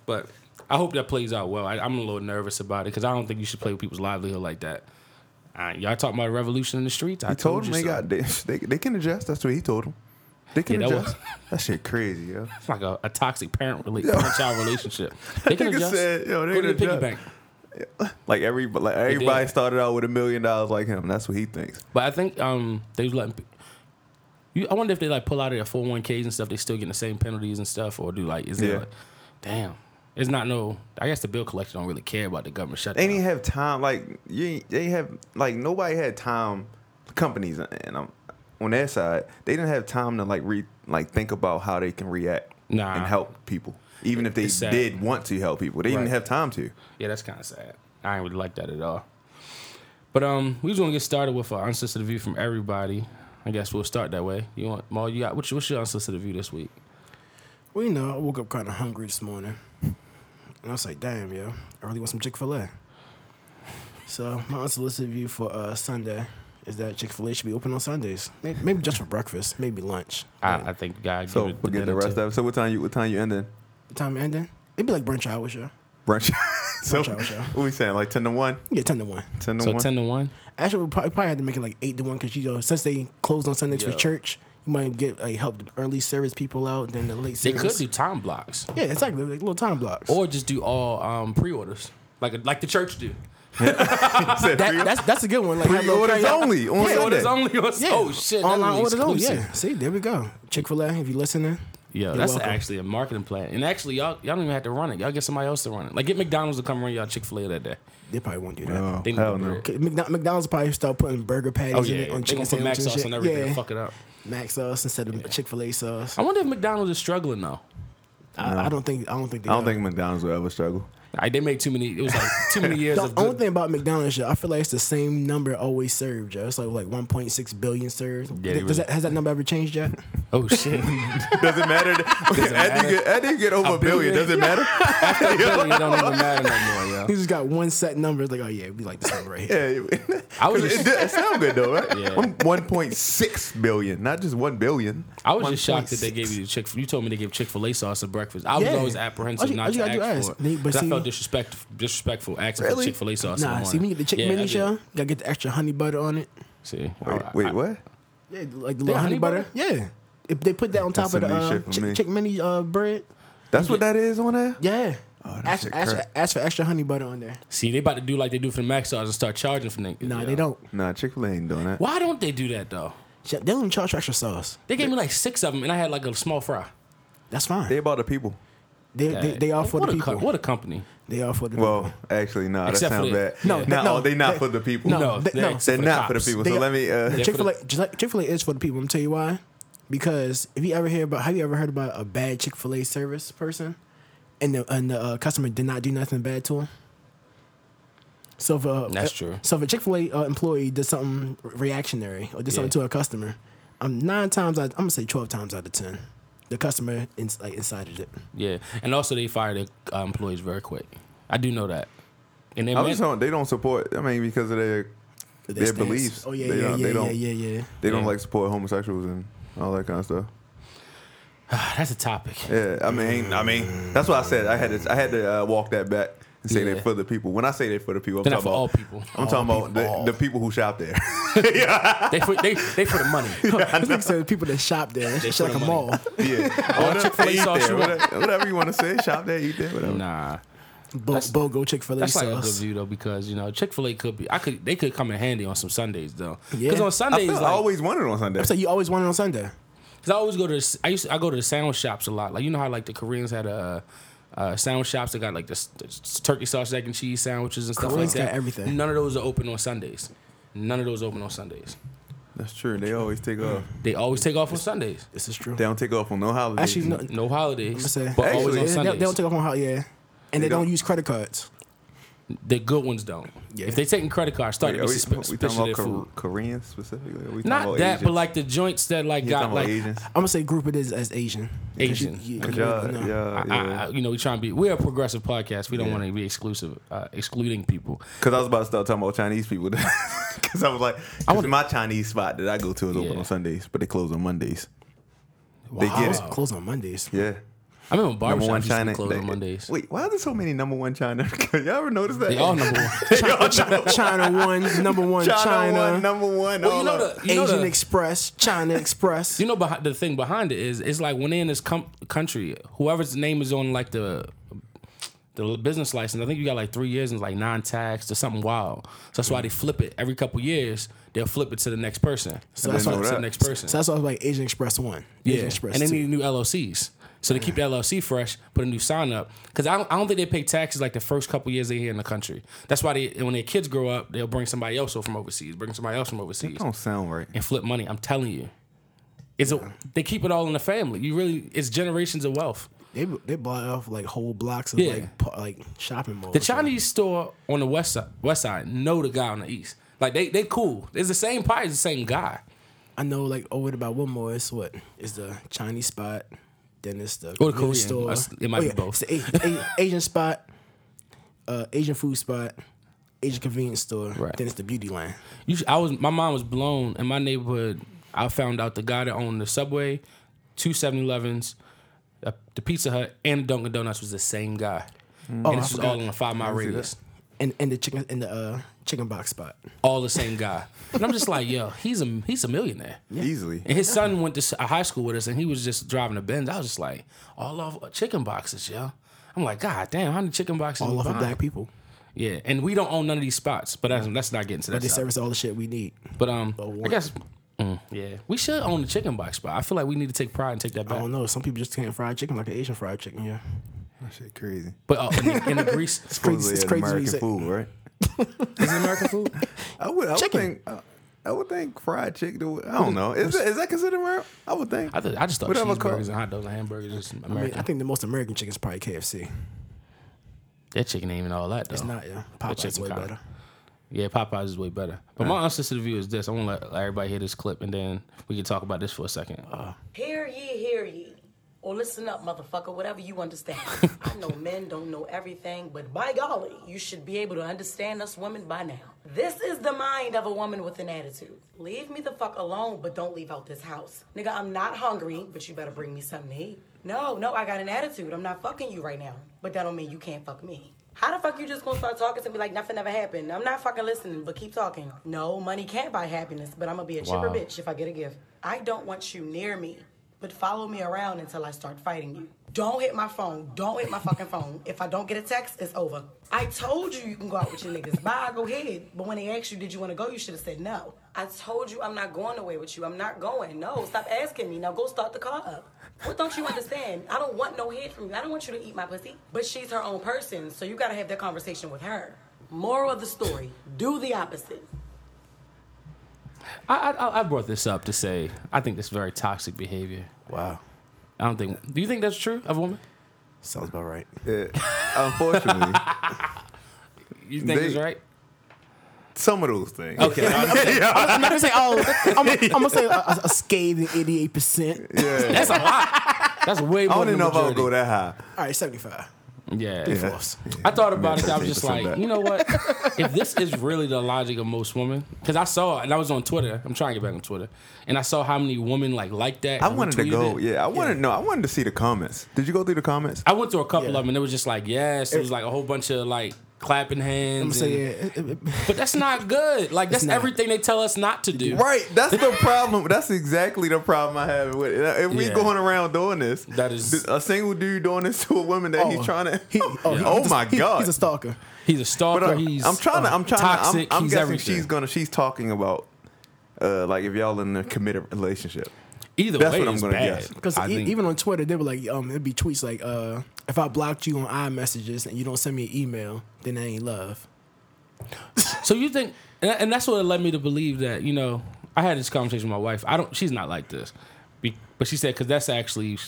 Speaker 2: But I hope that plays out well. I, I'm a little nervous about it because I don't think you should play with people's livelihood like that. All right, y'all talking about a revolution in the streets? I
Speaker 4: he told him
Speaker 2: you
Speaker 4: they
Speaker 2: so.
Speaker 4: got they, they, they can adjust. That's what he told him. They can
Speaker 2: Yeah, that was-
Speaker 4: adjust. that shit crazy, yo.
Speaker 2: It's like a, a toxic parent rela- parent child relationship. They can
Speaker 4: Nigga
Speaker 2: adjust.
Speaker 4: said, yo, they
Speaker 2: Go to
Speaker 4: can
Speaker 2: the piggy
Speaker 4: adjust.
Speaker 2: bank.
Speaker 4: Like every like everybody
Speaker 2: did.
Speaker 4: started out with a million dollars like him. That's what he thinks.
Speaker 2: But I think um they was letting. pe- You, I wonder if they like pull out of their four oh one ks and stuff. They still getting the same penalties and stuff, or do like is there
Speaker 4: Yeah.
Speaker 2: like, damn, it's not no. I guess the bill collector don't really care about the government
Speaker 4: They
Speaker 2: shutdown.
Speaker 4: didn't have time. Like you, ain't- they have like nobody had time. Companies and um on their side, they didn't have time to like re like think about how they can react
Speaker 2: Nah.
Speaker 4: and help people. Even if they
Speaker 2: It's sad.
Speaker 4: did want to help people, they
Speaker 2: Right.
Speaker 4: didn't have time to.
Speaker 2: yeah, that's kind of sad. I ain't really like that at all. But um, we just want to get started with our unsolicited view from everybody. I guess we'll start that way. You want Maul? You got what's, your- what's your unsolicited view this week?
Speaker 3: Well, you know, I woke up kind of hungry this morning, and I was like, "Damn, yo, I really want some Chick Fil A." So my unsolicited view for uh, Sunday is that Chick Fil A should be open on Sundays. May- Maybe just for breakfast, maybe lunch.
Speaker 2: I, I think God.
Speaker 4: So
Speaker 2: give it
Speaker 4: forget the
Speaker 2: dinner
Speaker 4: rest
Speaker 2: too.
Speaker 4: of it. So what time you what time you ending
Speaker 3: The time ending, it'd be like brunch hours, yeah.
Speaker 4: brunch? so
Speaker 3: Brunch hour, sure.
Speaker 4: what we saying like ten to one,
Speaker 3: Yeah, ten to one.
Speaker 4: ten to
Speaker 2: So
Speaker 4: one.
Speaker 2: ten to one.
Speaker 3: Actually, we probably, probably had to make it like eight to one because you know since they closed on Sundays
Speaker 2: Yeah.
Speaker 3: for church, you might get like help the early service people out, then the late
Speaker 2: They
Speaker 3: service.
Speaker 2: could do time blocks.
Speaker 3: Yeah, exactly. Like little time blocks.
Speaker 2: or just do all um, pre-orders like like the church do.
Speaker 4: Said
Speaker 3: that,
Speaker 4: pre-
Speaker 3: that's that's a good one. Like have little
Speaker 4: pre-orders
Speaker 3: pre-
Speaker 4: only on
Speaker 2: Pre-orders
Speaker 4: Sunday.
Speaker 2: only.
Speaker 3: Yeah.
Speaker 2: Oh shit! that
Speaker 3: Online
Speaker 2: would be
Speaker 3: orders only.
Speaker 2: exclusive.
Speaker 3: Yeah. See, there we go. Chick Fil A, if you listening,
Speaker 2: Yeah, that's
Speaker 3: welcome.
Speaker 2: actually a marketing plan. And actually, y'all y'all don't even have to run it. Y'all get somebody else to run it. Like get McDonald's to come run y'all Chick Fil A that day.
Speaker 3: They probably won't do that.
Speaker 4: Oh,
Speaker 2: They
Speaker 4: hell
Speaker 2: need
Speaker 4: no.
Speaker 2: bread.
Speaker 3: Okay, McDo- McDonald's probably start putting burger patties
Speaker 2: Oh
Speaker 3: in
Speaker 2: yeah,
Speaker 3: it on
Speaker 2: they
Speaker 3: chicken
Speaker 2: gonna put mac
Speaker 3: sandwiches. and
Speaker 2: sauce
Speaker 3: shit.
Speaker 2: on everything
Speaker 3: yeah.
Speaker 2: to fuck it up.
Speaker 3: Mac sauce instead of Chick Fil A sauce.
Speaker 2: I wonder if McDonald's is struggling though.
Speaker 3: I, I don't think. I don't think. They
Speaker 4: I don't
Speaker 3: are.
Speaker 4: think McDonald's will ever struggle.
Speaker 2: Like, they made too many. It was like too many years
Speaker 3: The
Speaker 2: of
Speaker 3: only
Speaker 2: good.
Speaker 3: thing about McDonald's, yo, I feel like it's the same number always served. Yo. It's like like 1.6 billion served.
Speaker 2: they
Speaker 3: Th-
Speaker 2: really-
Speaker 3: Does that, has that number ever changed yet?
Speaker 2: Oh shit!
Speaker 4: Does it matter? okay, after, you get, after you get over a billion, does it matter?
Speaker 2: It don't even matter no more, yo.
Speaker 3: You just got one set number. It's like, oh yeah, we like this number right here.
Speaker 4: Yeah,
Speaker 2: I was
Speaker 4: it,
Speaker 2: just-
Speaker 4: it sound good though, right?
Speaker 2: Yeah.
Speaker 4: One- 1.6 billion, not just 1 billion.
Speaker 2: I was just shocked that they
Speaker 3: 1.6.
Speaker 2: gave you the Chick. You told me they gave Chick Fil A sauce at breakfast. I was
Speaker 3: Yeah.
Speaker 2: always apprehensive
Speaker 3: All you- all
Speaker 2: not
Speaker 3: you
Speaker 2: to
Speaker 3: gotta do
Speaker 2: ask
Speaker 3: is-
Speaker 2: for it
Speaker 3: they- but
Speaker 2: because I
Speaker 3: see-
Speaker 2: felt disrespect, disrespectful asking
Speaker 4: Really?
Speaker 2: for Chick Fil A sauce. in the
Speaker 3: Nah, see,
Speaker 2: morning.
Speaker 3: when you get the chicken
Speaker 2: Yeah, I
Speaker 3: mini
Speaker 2: did.
Speaker 3: show, gotta get the extra honey butter on it.
Speaker 2: See,
Speaker 4: Wait,
Speaker 2: I-
Speaker 4: wait
Speaker 2: I-
Speaker 4: what?
Speaker 3: Yeah, like the little
Speaker 2: honey
Speaker 3: honey butter.
Speaker 2: butter?
Speaker 3: Yeah, if they put that on top
Speaker 4: That's
Speaker 3: of the
Speaker 4: some new
Speaker 3: uh,
Speaker 4: shit for me.
Speaker 3: chick, chick mini uh, bread.
Speaker 4: That's what that is on there?
Speaker 3: Yeah.
Speaker 4: Oh, that
Speaker 3: ask,
Speaker 4: shit
Speaker 3: ask,
Speaker 4: crack.
Speaker 3: ask for extra honey butter on there.
Speaker 2: See, they about to do like they do for the Mac sauce and start charging for niggas.
Speaker 3: No,
Speaker 2: yo.
Speaker 3: they don't.
Speaker 4: Nah, Chick fil A ain't doing that.
Speaker 2: Why don't they do that though?
Speaker 3: Sh- They don't even charge for extra sauce.
Speaker 2: They gave me like six of them, and I had like a small fry.
Speaker 3: That's fine.
Speaker 4: They
Speaker 3: They
Speaker 4: about the people.
Speaker 3: they, they, are
Speaker 2: Like,
Speaker 3: for
Speaker 2: what
Speaker 3: the
Speaker 2: a co-
Speaker 3: people.
Speaker 2: what a company!
Speaker 3: They are for the people.
Speaker 4: Well, actually, no, that
Speaker 2: Except for
Speaker 4: sounds
Speaker 2: the-
Speaker 4: bad.
Speaker 2: No,
Speaker 4: no,
Speaker 3: no,
Speaker 4: they not
Speaker 3: they-
Speaker 4: for the people.
Speaker 3: no, they- no.
Speaker 2: except
Speaker 4: they're not for the
Speaker 2: cops.
Speaker 4: people.
Speaker 3: They
Speaker 4: So
Speaker 3: are-
Speaker 4: let me. Uh,
Speaker 3: Chick Fil A Chick Fil A is for the people. I'm gonna tell you why. Because if you ever hear about, have you ever heard about a bad Chick Fil A service person, and the and the uh, customer did not do nothing bad to him? So if a,
Speaker 2: That's true.
Speaker 3: So if a Chick Fil A uh, employee did something re- reactionary or did something
Speaker 2: Yeah.
Speaker 3: to a customer, um, nine times out, I'm gonna say twelve times out of ten, the customer ins- like incited it.
Speaker 2: Yeah, and also they fire their uh, employees very quick. I do know that. And they
Speaker 4: I'm
Speaker 2: man-
Speaker 4: just on, they don't support. I mean, because of their
Speaker 3: Their
Speaker 4: Their
Speaker 3: stance.
Speaker 4: beliefs.
Speaker 3: Oh yeah,
Speaker 4: They
Speaker 3: yeah,
Speaker 4: don't-
Speaker 3: yeah,
Speaker 4: they
Speaker 3: yeah,
Speaker 4: don't-
Speaker 3: yeah, yeah.
Speaker 4: they don't
Speaker 2: Yeah.
Speaker 4: like support homosexuals and all that kind of stuff.
Speaker 2: that's a topic.
Speaker 4: Yeah, I mean, I mean, that's what I said. I had to, I had to uh, walk that back and say
Speaker 2: Yeah.
Speaker 4: they're for the people. When I say they're for the people, I'm
Speaker 2: They're not for
Speaker 4: talking about
Speaker 2: all people.
Speaker 4: I'm talking about the, the people who shop there.
Speaker 2: They for, they, they for the money.
Speaker 3: This nigga said people that shop there, that shit
Speaker 2: put
Speaker 3: like a
Speaker 2: the money.
Speaker 3: mall.
Speaker 4: yeah, whatever,
Speaker 2: Chick-fil-A
Speaker 4: eat
Speaker 2: sauce
Speaker 4: there,
Speaker 2: you want.
Speaker 4: whatever, whatever you want to say, shop there, eat there, whatever.
Speaker 2: Nah,
Speaker 3: Bo- Bogo Chick Fil A
Speaker 2: that's
Speaker 3: sauce.
Speaker 2: like a good view though because you know Chick Fil A could be. I could they could come in handy on some Sundays though.
Speaker 3: Yeah.
Speaker 2: Because on
Speaker 4: I,
Speaker 2: Sundays,
Speaker 4: feel,
Speaker 2: like,
Speaker 4: I always wanted on Sunday.
Speaker 3: So you always want it on Sunday.
Speaker 2: Cause I always go to the, I used to, I go to the sandwich shops a lot. Like you know how like the Koreans had a uh, uh, sandwich shops that got like the, s- the s- turkey sausage egg and cheese sandwiches and stuff
Speaker 3: Koreans
Speaker 2: like
Speaker 3: got
Speaker 2: that.
Speaker 3: everything.
Speaker 2: None of those are open on Sundays. None of those open on Sundays.
Speaker 4: That's true. They always take off.
Speaker 2: They always take off on Sundays.
Speaker 3: This is true.
Speaker 4: They don't take off on no holidays.
Speaker 3: Actually, no,
Speaker 2: No holidays,
Speaker 3: say,
Speaker 2: but always
Speaker 4: Actually,
Speaker 3: they,
Speaker 2: on
Speaker 4: yeah,
Speaker 3: they,
Speaker 2: Sundays.
Speaker 3: they don't take off on how, yeah. And they, don't,
Speaker 4: don't-
Speaker 3: use credit cards.
Speaker 2: the good ones don't.
Speaker 3: Yeah.
Speaker 2: If they taking credit cards, start to
Speaker 4: Are
Speaker 2: be
Speaker 4: we,
Speaker 2: susp-
Speaker 4: we
Speaker 2: suspicious of
Speaker 4: talking
Speaker 2: their
Speaker 4: about Kor-
Speaker 2: food.
Speaker 4: Koreans specifically? Are we talking
Speaker 2: Not
Speaker 4: about
Speaker 2: that,
Speaker 4: Asians?
Speaker 2: but like the joints that like
Speaker 4: You
Speaker 2: got
Speaker 4: talking about
Speaker 2: like
Speaker 4: Asians?
Speaker 3: I'm gonna say group it is as Asian.
Speaker 2: Asian.
Speaker 3: You- you-
Speaker 4: But
Speaker 3: you
Speaker 4: y'all-
Speaker 3: know.
Speaker 4: y'all-
Speaker 2: I- I,
Speaker 4: yeah.
Speaker 2: I, you know, we try and be. We're a progressive podcast. We don't
Speaker 4: Yeah.
Speaker 2: want to be exclusive, uh, excluding people.
Speaker 4: Because I was about to start talking about Chinese people. Because I was like, I want my Chinese spot that I go to is open
Speaker 2: Yeah.
Speaker 4: on Sundays, but they close on Mondays. They
Speaker 2: Wow.
Speaker 4: get
Speaker 3: Close,
Speaker 4: it.
Speaker 3: close on Mondays.
Speaker 4: Yeah.
Speaker 2: I remember
Speaker 4: Number one
Speaker 2: barbershops used to be
Speaker 4: China.
Speaker 2: closed
Speaker 4: they-
Speaker 2: on Mondays.
Speaker 4: Wait, why are there so many number one China? y'all ever notice that?
Speaker 2: They all number one.
Speaker 4: They all China.
Speaker 3: China one, number one China.
Speaker 4: China, one, number one.
Speaker 2: Well, you
Speaker 4: all
Speaker 2: know
Speaker 4: up.
Speaker 2: the you know
Speaker 3: Asian
Speaker 2: the,
Speaker 3: Express, China Express.
Speaker 2: you know behi- the thing behind it is it's like when they in this com- country, whoever's name is on like the the business license, I think you got like three years and it's like non taxed or something wild. So that's why they flip it every couple years. They'll flip it to the next person. So
Speaker 3: that's
Speaker 2: flip
Speaker 4: why-
Speaker 2: it to the next person.
Speaker 3: So that's why I was like Asian Express one.
Speaker 2: yeah,
Speaker 3: Asian Express
Speaker 2: and they
Speaker 3: two.
Speaker 2: need new LLCs. So they keep the LLC fresh, put a new sign up. Because I don't, I don't think they pay taxes like the first couple years they here in the country. That's why they when their kids grow up, they'll bring somebody else over from overseas, bring somebody else from overseas
Speaker 4: That don't sound right.
Speaker 2: and flip money. I'm telling you, it's a, they keep it all in the family. You really, it's generations of wealth.
Speaker 3: they they bought off like whole blocks of
Speaker 2: Yeah.
Speaker 3: like pa- like shopping malls.
Speaker 2: The Chinese store on the west side, west side know the guy on the east. Like they, they cool. It's the same pie, it's the same guy.
Speaker 3: I know like over about Wilmore it's what is the Chinese spot, then it's the
Speaker 2: Or the
Speaker 3: convenience
Speaker 2: Korean.
Speaker 3: store. Oh,
Speaker 2: It might be both.
Speaker 3: It's the A- A- Asian spot, uh, Asian food spot, Asian convenience store.
Speaker 2: Right.
Speaker 3: Then it's the beauty line.
Speaker 2: You, sh- I was, my mom was blown in my neighborhood. I found out the guy that owned the subway, two 7-Elevens, uh, the Pizza Hut, and Dunkin' Donuts was the same guy. and
Speaker 3: Mm. Oh, I
Speaker 2: this was
Speaker 3: forgot.
Speaker 2: all in a five mile radius.
Speaker 3: And and the chicken and the uh, chicken box spot.
Speaker 2: All the same guy. and I'm just like, yo, he's a he's a millionaire.
Speaker 4: Easily.
Speaker 2: And his son went to s- a high school with us, and he was just driving a Benz. I was just like, all off chicken boxes, yo. I'm like, God damn, how many chicken boxes?
Speaker 3: All
Speaker 2: we
Speaker 3: off of
Speaker 2: buying?"
Speaker 3: black people.
Speaker 2: Yeah, and we don't own none of these spots, but that's, that's not getting to that.
Speaker 3: They
Speaker 2: side.
Speaker 3: service all the shit we need.
Speaker 2: But um, I
Speaker 3: one.
Speaker 2: guess Yeah, we should own the chicken box spot. I feel like we need to take pride and take that
Speaker 3: I
Speaker 2: back.
Speaker 3: don't know. Some people just can't fry chicken like an Asian fried chicken. Yeah.
Speaker 4: That shit crazy.
Speaker 2: But uh, in, the, in the grease, is
Speaker 3: Crazy, it's
Speaker 4: Supposedly
Speaker 3: crazy. when you
Speaker 4: American
Speaker 3: say-
Speaker 4: food, right?
Speaker 2: it American food?
Speaker 4: I would, I would
Speaker 2: Chicken.
Speaker 4: think. I- I would think fried chicken. I don't know. Is that, is that considered American? I would think.
Speaker 2: I, th- I just thought
Speaker 4: Whatever
Speaker 2: cheeseburgers
Speaker 4: called-
Speaker 2: and hot dogs and hamburgers is American.
Speaker 3: I mean, I think the most American chicken is probably KFC.
Speaker 2: that chicken ain't even all that though.
Speaker 3: It's not yeah. Popeye's
Speaker 2: chicken
Speaker 3: way
Speaker 2: kinda-
Speaker 3: better.
Speaker 2: Yeah, Popeyes is way better. But my unsolicited view is this: I want to let everybody hear this clip, and then we can talk about this for a second.
Speaker 3: Oh,
Speaker 7: Hear ye, hear ye. Or listen up, motherfucker, whatever you understand. I know men don't know everything, but by golly, you should be able to understand us women by now. This is the mind of a woman with an attitude. Leave me the fuck alone, but don't leave out this house. Nigga, I'm not hungry, but you better bring me something to eat. No, no, I got an attitude. I'm not fucking you right now. But that don't mean you can't fuck me. How the fuck you just gonna start talking to me like nothing ever happened? I'm not fucking listening, but keep talking. No, money can't buy happiness, but I'm gonna be a chipper
Speaker 2: Wow.
Speaker 7: bitch if I get a gift. I don't want you near me, but follow me around until I start fighting you. Don't hit my phone. Don't hit my fucking phone. If I don't get a text, it's over. I told you you can go out with your niggas. Bye, go ahead. But when they asked you, did you want to go, you should have said no. I told you I'm not going away with you. I'm not going. No, stop asking me. Now go start the car up. What don't you understand? I don't want no head from you. I don't want you to eat my pussy. But she's her own person, so you gotta have that conversation with her. Moral of the story: Do the opposite.
Speaker 2: I, I I brought this up to say I think this is very toxic behavior.
Speaker 3: Wow.
Speaker 2: I don't think. Do you think that's true of a woman?
Speaker 3: Sounds about right.
Speaker 4: Yeah. Unfortunately,
Speaker 2: You think
Speaker 4: They-
Speaker 2: it's right?
Speaker 4: some of those things.
Speaker 2: Okay.
Speaker 3: I'm not gonna say oh. I'm, I'm gonna say a, a, a scathing 88. percent
Speaker 4: Yeah.
Speaker 2: That's a lot. That's way
Speaker 4: I
Speaker 2: more.
Speaker 4: don't
Speaker 2: than
Speaker 4: even know if I would
Speaker 2: majority.
Speaker 4: go that high.
Speaker 3: All right, 75.
Speaker 2: Yeah.
Speaker 3: False.
Speaker 2: I thought about it. I was
Speaker 4: 13%
Speaker 2: just like,
Speaker 4: back.
Speaker 2: you know what? if this is really the logic of most women, because I saw it and I was on Twitter. I'm trying to get back on Twitter, and I saw how many women like like that.
Speaker 4: I
Speaker 2: and
Speaker 4: wanted to
Speaker 2: retweeted
Speaker 4: go.
Speaker 2: it.
Speaker 4: Yeah, I wanted no. I wanted to see the comments. Did you go through the comments?
Speaker 2: I went through a couple
Speaker 3: Yeah.
Speaker 2: of them, and it was just like, yes, it was like a whole bunch of like clapping hands.
Speaker 3: I'm gonna
Speaker 2: and-
Speaker 3: say yeah. it- it- it-
Speaker 2: But that's not good. Like that's
Speaker 3: not.
Speaker 2: everything they tell us not to do.
Speaker 4: Right. That's the problem. That's exactly the problem I have with it. If we
Speaker 2: Yeah.
Speaker 4: going around doing this,
Speaker 2: That is-
Speaker 4: a single dude doing this to a woman that he's trying to.
Speaker 3: he-
Speaker 4: oh
Speaker 3: he- he's a-
Speaker 4: my
Speaker 3: he-
Speaker 4: god.
Speaker 3: He's a stalker.
Speaker 2: He's a stalker.
Speaker 4: But, uh,
Speaker 2: he's
Speaker 4: I'm trying to. I'm trying
Speaker 2: toxic.
Speaker 4: to. I'm, I'm
Speaker 2: he's
Speaker 4: guessing
Speaker 2: everything.
Speaker 4: she's gonna. She's talking about. Uh, like if y'all in a committed relationship,
Speaker 2: Either
Speaker 4: that's
Speaker 2: way,
Speaker 4: what I'm
Speaker 2: it's
Speaker 4: gonna
Speaker 2: bad.
Speaker 4: guess. e-
Speaker 3: Because
Speaker 2: I think-
Speaker 3: e- even on Twitter, they were like, um, it'd be tweets like, uh, if I blocked you on iMessages and you don't send me an email, then I ain't love.
Speaker 2: So you think, and and that's what led me to believe that you know I had this conversation with my wife. I don't. She's not like this, Be, but she said because that's actually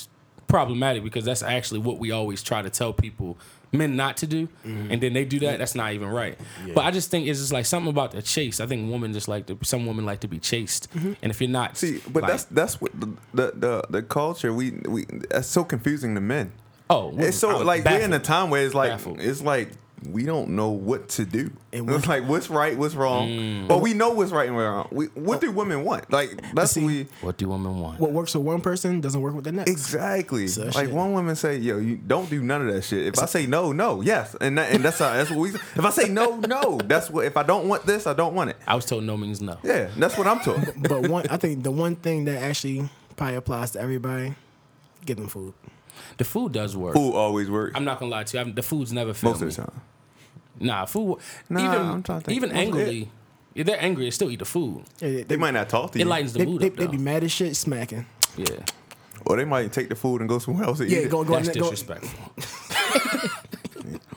Speaker 2: problematic because that's actually what we always try to tell people men not to do,
Speaker 4: Mm-hmm.
Speaker 2: and then they do that. That's not even right. But I just think it's just like something about the chase. I think women just like to. Some women like to be chased, and if you're not,
Speaker 4: Mm-hmm. See, but
Speaker 2: like-
Speaker 4: that's that's what the the, the the culture we we that's so confusing to men.
Speaker 2: oh, women-
Speaker 4: It's so
Speaker 2: I'm
Speaker 4: like we're in a
Speaker 2: baffled.
Speaker 4: time where it's like
Speaker 2: Baffled.
Speaker 4: it's like we don't know what to do.
Speaker 3: And what-
Speaker 4: it's like what's right, what's wrong,
Speaker 2: Mm.
Speaker 4: but we know what's right and wrong. We,
Speaker 2: Oh.
Speaker 4: what do women want? Like that's
Speaker 3: See,
Speaker 4: we
Speaker 2: What do women want?
Speaker 3: What works for one person doesn't work with the next.
Speaker 4: exactly.
Speaker 3: So
Speaker 4: like
Speaker 3: shit.
Speaker 4: one woman say, "Yo, you don't do none of that shit." If I say no, no, yes, and that, and that's how, that's what we. If I say no, no, that's what. If I don't want this, I don't want it.
Speaker 2: I was told no means no.
Speaker 4: Yeah, that's what I'm talking.
Speaker 3: But one, I think the one thing that actually probably applies to everybody, give them food.
Speaker 2: The food does work.
Speaker 4: Food always works
Speaker 2: I'm not gonna lie to you. I'm, the food's never failed
Speaker 4: most of
Speaker 2: me.
Speaker 4: the time.
Speaker 2: Nah, food.
Speaker 4: Nah,
Speaker 2: even
Speaker 4: I'm trying to think.
Speaker 2: even
Speaker 4: Most of it-
Speaker 2: angrily, if they're angry, they still eat the food.
Speaker 3: Yeah, They,
Speaker 4: They
Speaker 3: they,
Speaker 4: might not talk to
Speaker 2: It
Speaker 4: you,
Speaker 2: lightens the
Speaker 3: they,
Speaker 2: mood
Speaker 3: they-
Speaker 2: up
Speaker 3: they
Speaker 2: though.
Speaker 3: be mad as shit, smacking.
Speaker 2: yeah,
Speaker 4: or they might take the food and go somewhere else. To
Speaker 3: Yeah,
Speaker 4: eat
Speaker 3: go go,
Speaker 2: that's
Speaker 3: go
Speaker 2: disrespectful.
Speaker 4: It.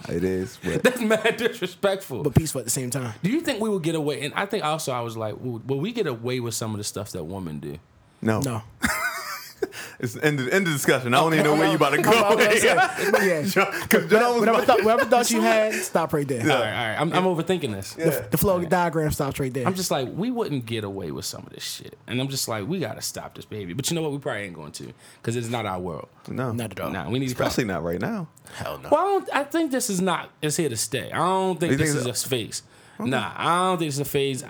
Speaker 4: it is. But
Speaker 2: that's mad disrespectful.
Speaker 3: but peaceful at the same time.
Speaker 2: do you think we will get away? And I think also I was like, will, will we get away with some of the stuff that women do?
Speaker 4: no,
Speaker 3: No.
Speaker 4: It's the end of, end of discussion. I don't even know where you about to
Speaker 3: I'm
Speaker 4: go.
Speaker 3: about to say, but yeah.
Speaker 4: Because John was
Speaker 3: Whatever
Speaker 4: about
Speaker 3: thought, whatever thought you had, stop right there.
Speaker 2: All right, all right. I'm, I'm overthinking this.
Speaker 3: The flow diagram stops right there.
Speaker 2: I'm just like, we wouldn't get away with some of this shit, and I'm just like, we gotta stop this behavior. But you know what? We probably ain't going to because it's not our world.
Speaker 4: no,
Speaker 3: not at all.
Speaker 2: Nah, we need to.
Speaker 4: especially not right now.
Speaker 3: Hell no.
Speaker 2: Well, I, don't, I think this is not. It's here to stay. I don't think
Speaker 4: You
Speaker 2: this
Speaker 4: think
Speaker 2: is
Speaker 4: so?
Speaker 2: a phase. Nah, I don't think it's a phase.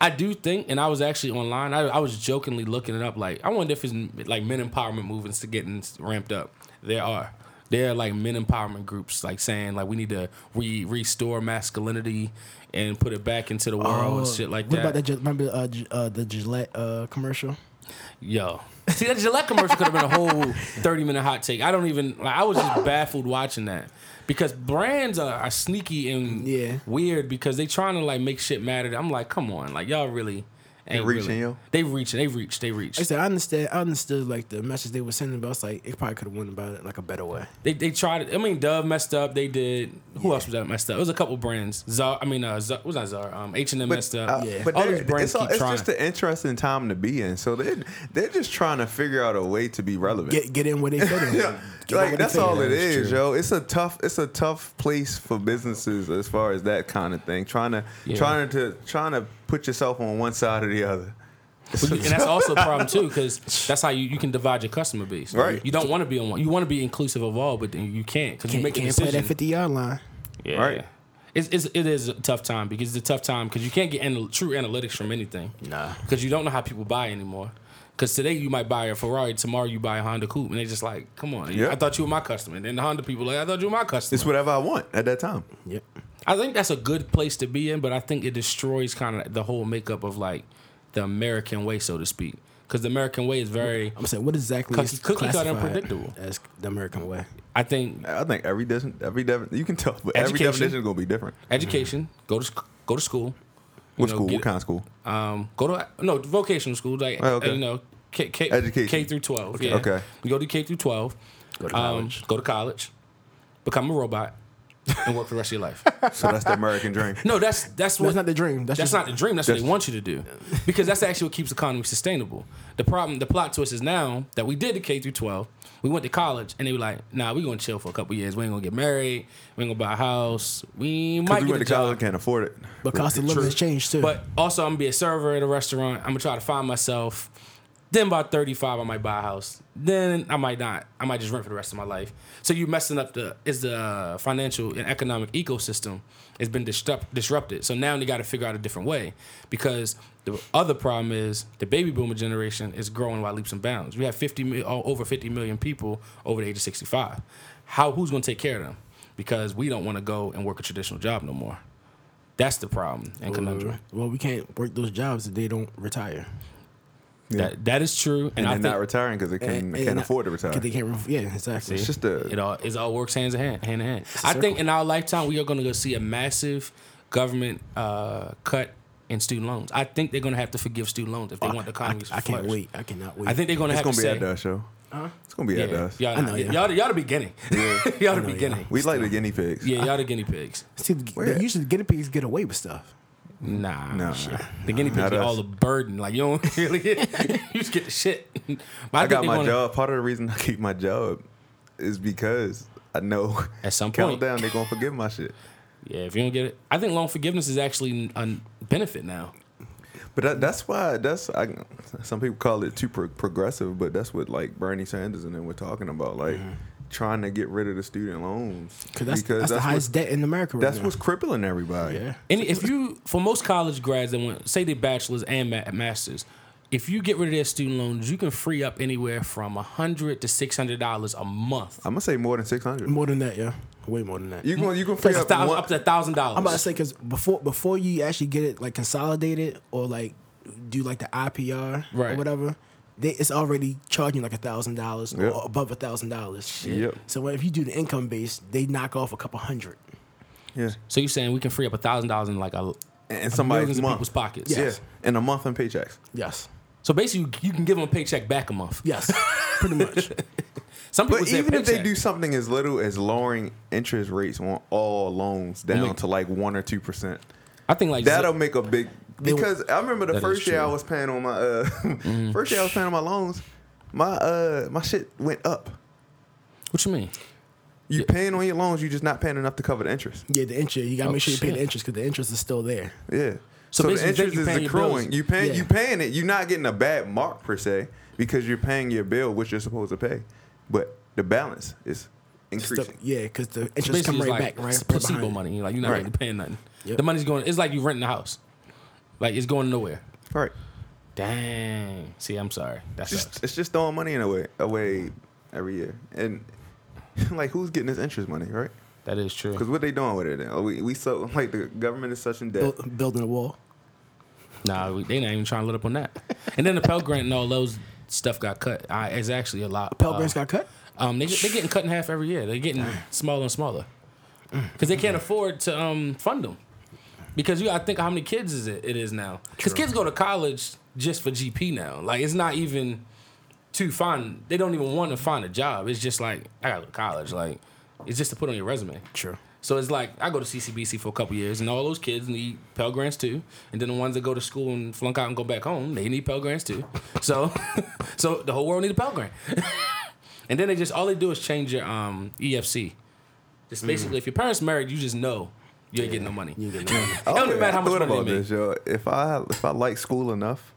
Speaker 2: I do think, and I was actually online. I, I was jokingly looking it up. Like, I wonder if it's like men empowerment movements to getting ramped up. There are. There are like men empowerment groups, like saying like we need to re- restore masculinity and put it back into the world and shit like
Speaker 3: Oh, what
Speaker 2: that.
Speaker 3: about that? Gil- Remember uh, G- uh, the Gillette uh, commercial?
Speaker 2: Yo. See that Gillette commercial could have been a whole thirty minute hot take. I don't even like I was just baffled watching that. Because brands are, are sneaky and
Speaker 3: Yeah.
Speaker 2: weird because they trying to like make shit matter. I'm like, come on, like y'all really Ain't
Speaker 4: reaching,
Speaker 2: really.
Speaker 4: yo?
Speaker 2: They reaching. They reach. They reach.
Speaker 3: Like I said, I understand. I understood like the message they were sending, but I was like, it probably could have went about it like a better way.
Speaker 2: They they tried it. I mean, Dove messed up. They did. Who else was that messed up? It was a couple brands. Zara. I mean, uh, Zara, was not Zara. Um, H and M messed up.
Speaker 4: uh,
Speaker 2: yeah.
Speaker 4: but
Speaker 2: all
Speaker 4: they're-
Speaker 2: these brands
Speaker 4: it's, all-
Speaker 2: keep
Speaker 4: it's
Speaker 2: trying.
Speaker 4: just an interesting time to be in. So they're, they're just trying to figure out a way to be relevant.
Speaker 3: Get get in where they fit in.
Speaker 4: yeah,
Speaker 3: Get in where
Speaker 4: like
Speaker 3: they
Speaker 4: that's
Speaker 3: fit in.
Speaker 4: all it
Speaker 2: That's
Speaker 4: is,
Speaker 2: true.
Speaker 4: yo. It's a tough, it's a tough place for businesses as far as that kind of thing. Trying to,
Speaker 2: Yeah.
Speaker 4: trying to, trying to put yourself on one side or the other.
Speaker 2: But you- and that's also a problem too, because that's how you, you can divide your customer base.
Speaker 4: Right.
Speaker 2: You don't want to be on one. You want to be inclusive of all, but then you can't because you
Speaker 3: Can't,
Speaker 2: make a
Speaker 3: can't play
Speaker 2: decision.
Speaker 3: that fifty yard line.
Speaker 2: Yeah.
Speaker 4: Right.
Speaker 2: It's, it's, it is a tough time because it's a tough time because you can't get anal- true analytics from anything.
Speaker 3: Nah.
Speaker 2: Because you don't know how people buy anymore. Because today you might buy a Ferrari, tomorrow you buy a Honda Coupe, and they just like, come on,
Speaker 4: Yeah.
Speaker 2: I thought you were my customer. And then the Honda people like, I thought you were my customer.
Speaker 4: It's whatever I want at that time.
Speaker 3: Yep.
Speaker 2: I think that's a good place to be in, but I think it destroys kind of the whole makeup of like the American way, so to speak. Because the American way is very,
Speaker 3: I'm saying what exactly
Speaker 2: Cookie-
Speaker 3: is
Speaker 2: cookie cutter and
Speaker 3: classified
Speaker 2: predictable.
Speaker 3: as the American way?
Speaker 2: I think,
Speaker 4: I think every definition, every definition, you can tell, but every
Speaker 2: Education.
Speaker 4: definition is gonna be different.
Speaker 2: education, go to sc- go to school,
Speaker 4: What
Speaker 2: know,
Speaker 4: school?
Speaker 2: get-
Speaker 4: What kind of school?
Speaker 2: um, go to no vocational school, like
Speaker 4: Oh, okay.
Speaker 2: uh, you know, K, K,
Speaker 4: Education.
Speaker 2: K through twelve. Yeah,
Speaker 4: Okay.
Speaker 2: You go to K through twelve. Go
Speaker 3: to college.
Speaker 2: go to college, become a robot, and work for the rest of your life.
Speaker 4: So that's the American dream.
Speaker 2: No, that's that's what
Speaker 3: That's not the dream. That's
Speaker 2: That's,
Speaker 3: just-
Speaker 2: not the dream. That's, what they want you to do, because that's actually what keeps the economy sustainable. The problem, the plot twist is now that we did the K through twelve, we went to college, and they were like, "Nah, we gonna chill for a couple years. We ain't gonna get married. We ain't gonna buy a house. We might
Speaker 4: Because we
Speaker 2: get
Speaker 4: went
Speaker 2: a
Speaker 4: to
Speaker 2: job.
Speaker 4: college, can't afford it.
Speaker 3: But cost of living has changed too.
Speaker 2: But also, I'm gonna be a server at a restaurant. I'm gonna try to find myself. Then by 35, I might buy a house. Then I might not. I might just rent for the rest of my life. So you're messing up the is the uh, financial and economic ecosystem has been disrupt, disrupted. So now they got to figure out a different way because the other problem is the baby boomer generation is growing by leaps and bounds. We have 50 mil, oh, over 50 million people over the age of 65. How who's gonna take care of them? Because we don't want to go and work a traditional job no more. That's the problem and conundrum.
Speaker 3: well, we can't work those jobs if they don't retire.
Speaker 2: That that is true, and,
Speaker 4: And
Speaker 2: I
Speaker 4: they're
Speaker 2: think
Speaker 4: not retiring because they can, they can't
Speaker 3: And-
Speaker 4: afford to retire.
Speaker 3: 'cause They can't. ref- Yeah, exactly.
Speaker 4: It's just a
Speaker 2: it all it all works hands in hand, hand in hand. I think in our lifetime we are going to go see a massive government uh, cut in student loans. I think they're going to have to forgive student loans if they
Speaker 4: Oh,
Speaker 2: want the
Speaker 3: I,
Speaker 2: economy. to
Speaker 3: I can't
Speaker 2: flourish.
Speaker 3: wait. I cannot wait.
Speaker 2: I think they're going to
Speaker 4: It's
Speaker 2: have
Speaker 4: gonna
Speaker 2: to
Speaker 4: be
Speaker 2: say,
Speaker 4: at the show. It's gonna be at
Speaker 2: yeah,
Speaker 4: us.
Speaker 2: y'all,
Speaker 3: I know, yeah.
Speaker 2: y'all, y'all the beginning, y'all the
Speaker 3: know, yeah.
Speaker 2: beginning.
Speaker 4: We like the guinea pigs.
Speaker 2: Yeah, y'all the guinea pigs.
Speaker 3: See, the-
Speaker 4: Where-
Speaker 3: they usually guinea pigs get away with stuff.
Speaker 2: Nah,
Speaker 4: Nah.
Speaker 2: shit. the guinea pigs
Speaker 4: Not
Speaker 2: get
Speaker 4: us.
Speaker 2: all the burden. Like you don't really, get, you just get the shit. But
Speaker 4: I got my
Speaker 2: going
Speaker 4: job. Part of the reason I keep my job is because I know
Speaker 2: At some point.
Speaker 4: countdown they're gonna forgive my shit.
Speaker 2: Yeah, if you don't get it, I think loan forgiveness is actually a benefit now.
Speaker 4: But that, that's why that's I, some people call it too pro- progressive, but that's what like Bernie Sanders and them were talking about, like trying to get rid of the student loans
Speaker 3: Cause that's, that's, the
Speaker 4: what's-
Speaker 3: highest debt in America right
Speaker 4: that's
Speaker 3: now.
Speaker 4: what's crippling everybody.
Speaker 3: Yeah.
Speaker 2: And if you, for most college grads that want, say they bachelors and ma- masters, if you get rid of their student loans, you can free up anywhere from a hundred to six hundred dollars a month.
Speaker 4: I'm gonna say more than six hundred.
Speaker 3: More than that, yeah. Way more than that.
Speaker 4: You going you gonna free
Speaker 2: That's
Speaker 4: up,
Speaker 2: a thousand,
Speaker 4: one-
Speaker 2: up to a thousand dollars.
Speaker 3: I'm about to say because before before you actually get it like consolidated or like do like the IPR
Speaker 2: Right.
Speaker 3: or whatever, they, it's already charging like a thousand dollars
Speaker 4: Yep.
Speaker 3: or above a thousand dollars.
Speaker 4: Yep.
Speaker 3: So if you do the income base, they knock off a couple hundred.
Speaker 4: yeah,
Speaker 2: So you're saying we can free up a thousand dollars in like a
Speaker 4: and
Speaker 2: millions
Speaker 4: somebody's
Speaker 2: of
Speaker 4: month.
Speaker 2: people's pockets?
Speaker 4: Yeah,
Speaker 3: Yes.
Speaker 4: and a month in paychecks.
Speaker 3: Yes.
Speaker 2: So basically, you, you can give them a paycheck back a month.
Speaker 3: Yes. Pretty much.
Speaker 2: Some people
Speaker 4: But
Speaker 2: say
Speaker 4: even if they
Speaker 2: paycheck.
Speaker 4: do something as little as lowering interest rates on all loans down
Speaker 2: Only-
Speaker 4: to like one or two percent,
Speaker 2: I think like
Speaker 4: that'll make a big.
Speaker 3: will-
Speaker 4: Because I remember the
Speaker 2: That is
Speaker 4: first year I
Speaker 2: true. Mm.
Speaker 4: was paying on my uh, first year I was paying on my loans, my uh my shit went up.
Speaker 2: what you mean?
Speaker 4: You paying on your loans, you just not paying enough to cover the interest.
Speaker 3: Yeah, the interest. You gotta
Speaker 2: Oh,
Speaker 3: make sure you pay
Speaker 2: shit.
Speaker 3: the interest because the interest is still there.
Speaker 4: Yeah.
Speaker 2: So
Speaker 4: So,
Speaker 2: basically,
Speaker 4: the interest
Speaker 2: you
Speaker 4: is
Speaker 2: paying your
Speaker 4: accruing.
Speaker 2: bills.
Speaker 4: You paying
Speaker 3: Yeah.
Speaker 4: you paying it. You're not getting a bad mark per se because you're paying your bill, which you're supposed to pay, but the balance is
Speaker 3: Still-
Speaker 4: increasing.
Speaker 3: yeah, because the
Speaker 2: So
Speaker 3: interest come
Speaker 2: basically,
Speaker 3: right
Speaker 2: it's
Speaker 3: back,
Speaker 2: like
Speaker 3: right?
Speaker 2: it's
Speaker 3: right
Speaker 2: placebo
Speaker 3: behind it.
Speaker 2: money. You're like you're not
Speaker 4: Right.
Speaker 2: really paying nothing.
Speaker 3: Yep.
Speaker 2: The money's going. It's like you renting a house. Like it's going nowhere.
Speaker 4: Right.
Speaker 2: Dang. See, I'm sorry. That's
Speaker 4: Just it's just throwing money in away away every year, and like who's getting this interest money, right?
Speaker 2: that is true.
Speaker 4: Because what they doing with it? Then? We we so like the government is such in debt.
Speaker 3: Build, building a wall.
Speaker 2: Nah, we, they not even trying to let up on that. And then the Pell Grant and all those stuff got cut. I, it's actually a lot.
Speaker 3: Pell Grants got cut.
Speaker 2: Um, they they getting cut in half
Speaker 3: Mm.
Speaker 2: every year. They're getting smaller and smaller because they can't afford to um fund them. because you. I think how many kids is it? It is now because kids go to college just for GP now. Like it's not even to find. They don't even want to find a job. It's just like I gotta go to college. Like it's just to put on your resume.
Speaker 8: True.
Speaker 2: So it's like I go to CCBC for a couple years, and all those kids need Pell Grants too. And then the ones that go to school and flunk out and go back home, they need Pell Grants too. So, so the whole world need a Pell Grant. and then they just all they do is change your um, EFC. Just basically, if your parents married, you just know you ain't getting no money. You ain't getting no money. it don't
Speaker 4: Oh, Mm. yeah,
Speaker 2: even matter how
Speaker 4: I
Speaker 2: much
Speaker 4: thought
Speaker 2: money
Speaker 4: about
Speaker 2: they make.
Speaker 4: this, yo. If I if I like school enough,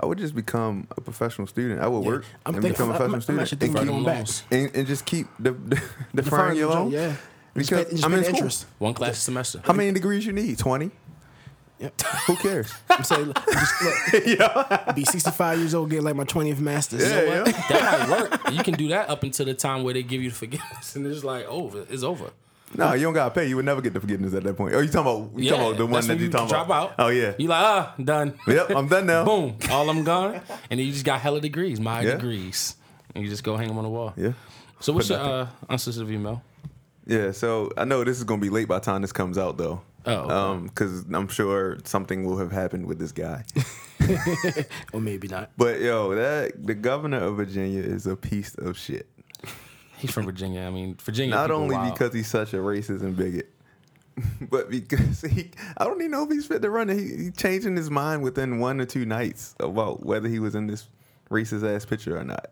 Speaker 4: I would just become a professional student. I would work
Speaker 8: I'm
Speaker 4: and
Speaker 8: thinking-
Speaker 4: become a
Speaker 8: I'm-
Speaker 4: professional
Speaker 8: I'm
Speaker 4: student
Speaker 8: actually
Speaker 4: and,
Speaker 8: thinking
Speaker 2: Further
Speaker 4: keep,
Speaker 8: about
Speaker 2: loans.
Speaker 4: and, and just keep the the, the furring your loan.
Speaker 8: Yeah.
Speaker 4: Because
Speaker 8: Just pay- just
Speaker 4: I'm
Speaker 8: pay
Speaker 4: in
Speaker 8: the
Speaker 4: school.
Speaker 8: interest.
Speaker 2: One class a semester.
Speaker 4: How many degrees you need? Twenty.
Speaker 8: Yep.
Speaker 4: Who cares?
Speaker 8: I'm saying, look, just look, be 65 years old, get like my 20th master's.
Speaker 4: Yeah, yeah.
Speaker 2: That might work. You can do that up until the time where they give you the forgiveness, and it's like over. It's over.
Speaker 4: No, you don't gotta pay. You would never get the forgiveness at that point. Oh, you talking about you talking about the one
Speaker 2: that's
Speaker 4: that
Speaker 2: when
Speaker 4: you talking
Speaker 2: drop
Speaker 4: about?
Speaker 2: out.
Speaker 4: Oh yeah.
Speaker 2: You like ah done.
Speaker 4: Yep, I'm done now.
Speaker 2: Boom, all I'm gone, and then you just got hella degrees, my
Speaker 4: Yeah.
Speaker 2: degrees, and you just go hang them on the wall.
Speaker 4: Yeah.
Speaker 2: So what's your uh, unsolicited email?
Speaker 4: Yeah. So I know this is gonna be late by the time this comes out though.
Speaker 2: Oh, okay.
Speaker 4: Um, because I'm sure something will have happened with this guy.
Speaker 8: Or maybe not.
Speaker 4: But yo, that the governor of Virginia is a piece of shit.
Speaker 2: He's from Virginia. I mean, Virginia.
Speaker 4: Not
Speaker 2: people
Speaker 4: only
Speaker 2: wild.
Speaker 4: because he's such a racist and bigot, but because he I don't even know if he's fit to run. He, he changing his mind within one or two nights about whether he was in this racist ass picture or not.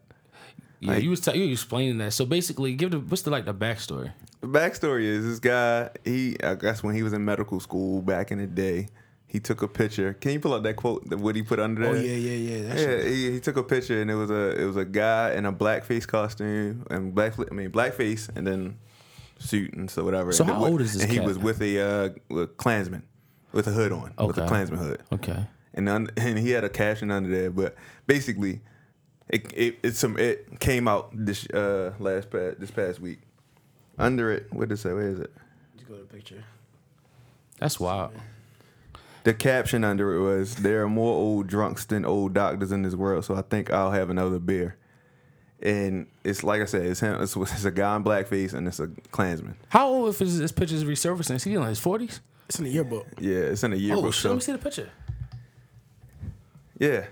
Speaker 2: yeah, you was t- you were explaining that. So basically, give the what's the like the backstory?
Speaker 4: The backstory is this guy, he I guess when he was in medical school back in the day, he took a picture. Can you pull out that quote that what he put under there?
Speaker 8: Oh, yeah, yeah, yeah. That's
Speaker 4: Yeah, he, he took a picture and it was a it was a guy in a blackface costume and black I mean blackface and then suit and so whatever.
Speaker 2: So
Speaker 4: and
Speaker 2: how
Speaker 4: it wa-
Speaker 2: old is this
Speaker 4: And he
Speaker 2: cat?
Speaker 4: was with a uh, with Klansman with a hood on with a
Speaker 2: Okay.
Speaker 4: Klansman hood
Speaker 2: Okay.
Speaker 4: and un- and he had a caption under there. But basically, it it it's some it came out this uh last past this past week. Under it, what did it say? Where is it?
Speaker 8: Just go to the picture.
Speaker 2: That's wild.
Speaker 4: The caption under it was, "There are more old drunks than old doctors in this world, so I think I'll have another beer." And it's like I said, it's him. It's, it's a guy in blackface and it's a Klansman.
Speaker 2: How old if his, his picture's resurfacing? Is he in his forties?
Speaker 8: It's in the yearbook.
Speaker 4: Yeah, it's in a yearbook.
Speaker 2: Oh shit!
Speaker 4: so-
Speaker 2: Let me see the picture.
Speaker 4: Yeah,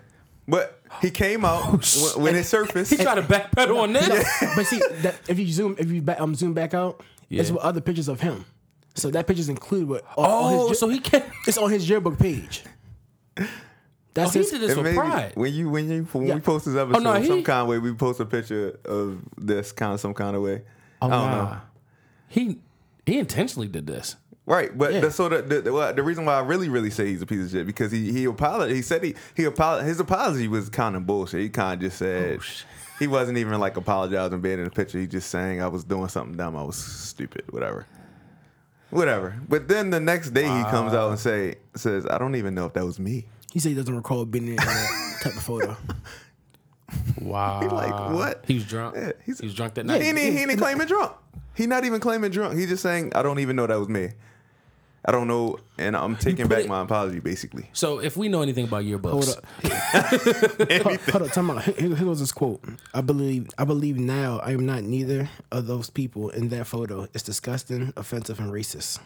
Speaker 4: but he came out
Speaker 2: Oh, shit.
Speaker 4: when, when it surfaced.
Speaker 2: He tried to backpedal on this.
Speaker 8: but see, that, if you zoom, if you back, um, zoom back out, it's
Speaker 2: Yeah.
Speaker 8: with other pictures of him. So that picture's included with. all- all his
Speaker 2: Oh,
Speaker 8: year-
Speaker 2: so he can.
Speaker 8: it's on his yearbook page.
Speaker 2: Oh,
Speaker 8: That's
Speaker 2: he
Speaker 8: his.
Speaker 2: did this
Speaker 4: It
Speaker 2: for
Speaker 4: made me-
Speaker 2: pride. Oh,
Speaker 4: When you when you when
Speaker 8: Yeah.
Speaker 4: we post this episode,
Speaker 2: no, he-
Speaker 4: some kind of way we post a picture of this kind of some kind of way.
Speaker 2: Oh,
Speaker 4: I don't
Speaker 2: wow.
Speaker 4: know.
Speaker 2: He he intentionally did this.
Speaker 4: Right, but
Speaker 2: Yeah.
Speaker 4: the, so the the, the, well, the reason why I really really say he's a piece of shit because he he apologized. He said he he apolog- His apology was kind of bullshit. He kind of just
Speaker 2: Oh,
Speaker 4: said he wasn't even like apologizing being in the picture. He just saying I was doing something dumb. I was stupid. Whatever. Whatever. But then the next day he comes out and say says I don't even know if that was me.
Speaker 8: He said he doesn't recall being in that type of photo.
Speaker 2: Wow.
Speaker 4: He like what?
Speaker 2: He was drunk.
Speaker 4: Yeah, he's-
Speaker 2: he was drunk that
Speaker 4: He
Speaker 2: night.
Speaker 4: ain't, he ain't claiming drunk. He not even claiming drunk. He just saying, I don't even know that was me. I don't know, and I'm taking
Speaker 2: put
Speaker 4: back
Speaker 2: it-
Speaker 4: my apology, basically.
Speaker 2: So if we know anything about yearbooks,
Speaker 8: Hold up. hold, hold up, time out. Here, here goes this quote. I believe I believe now I am not neither of those people in that photo. It's disgusting, offensive, and racist.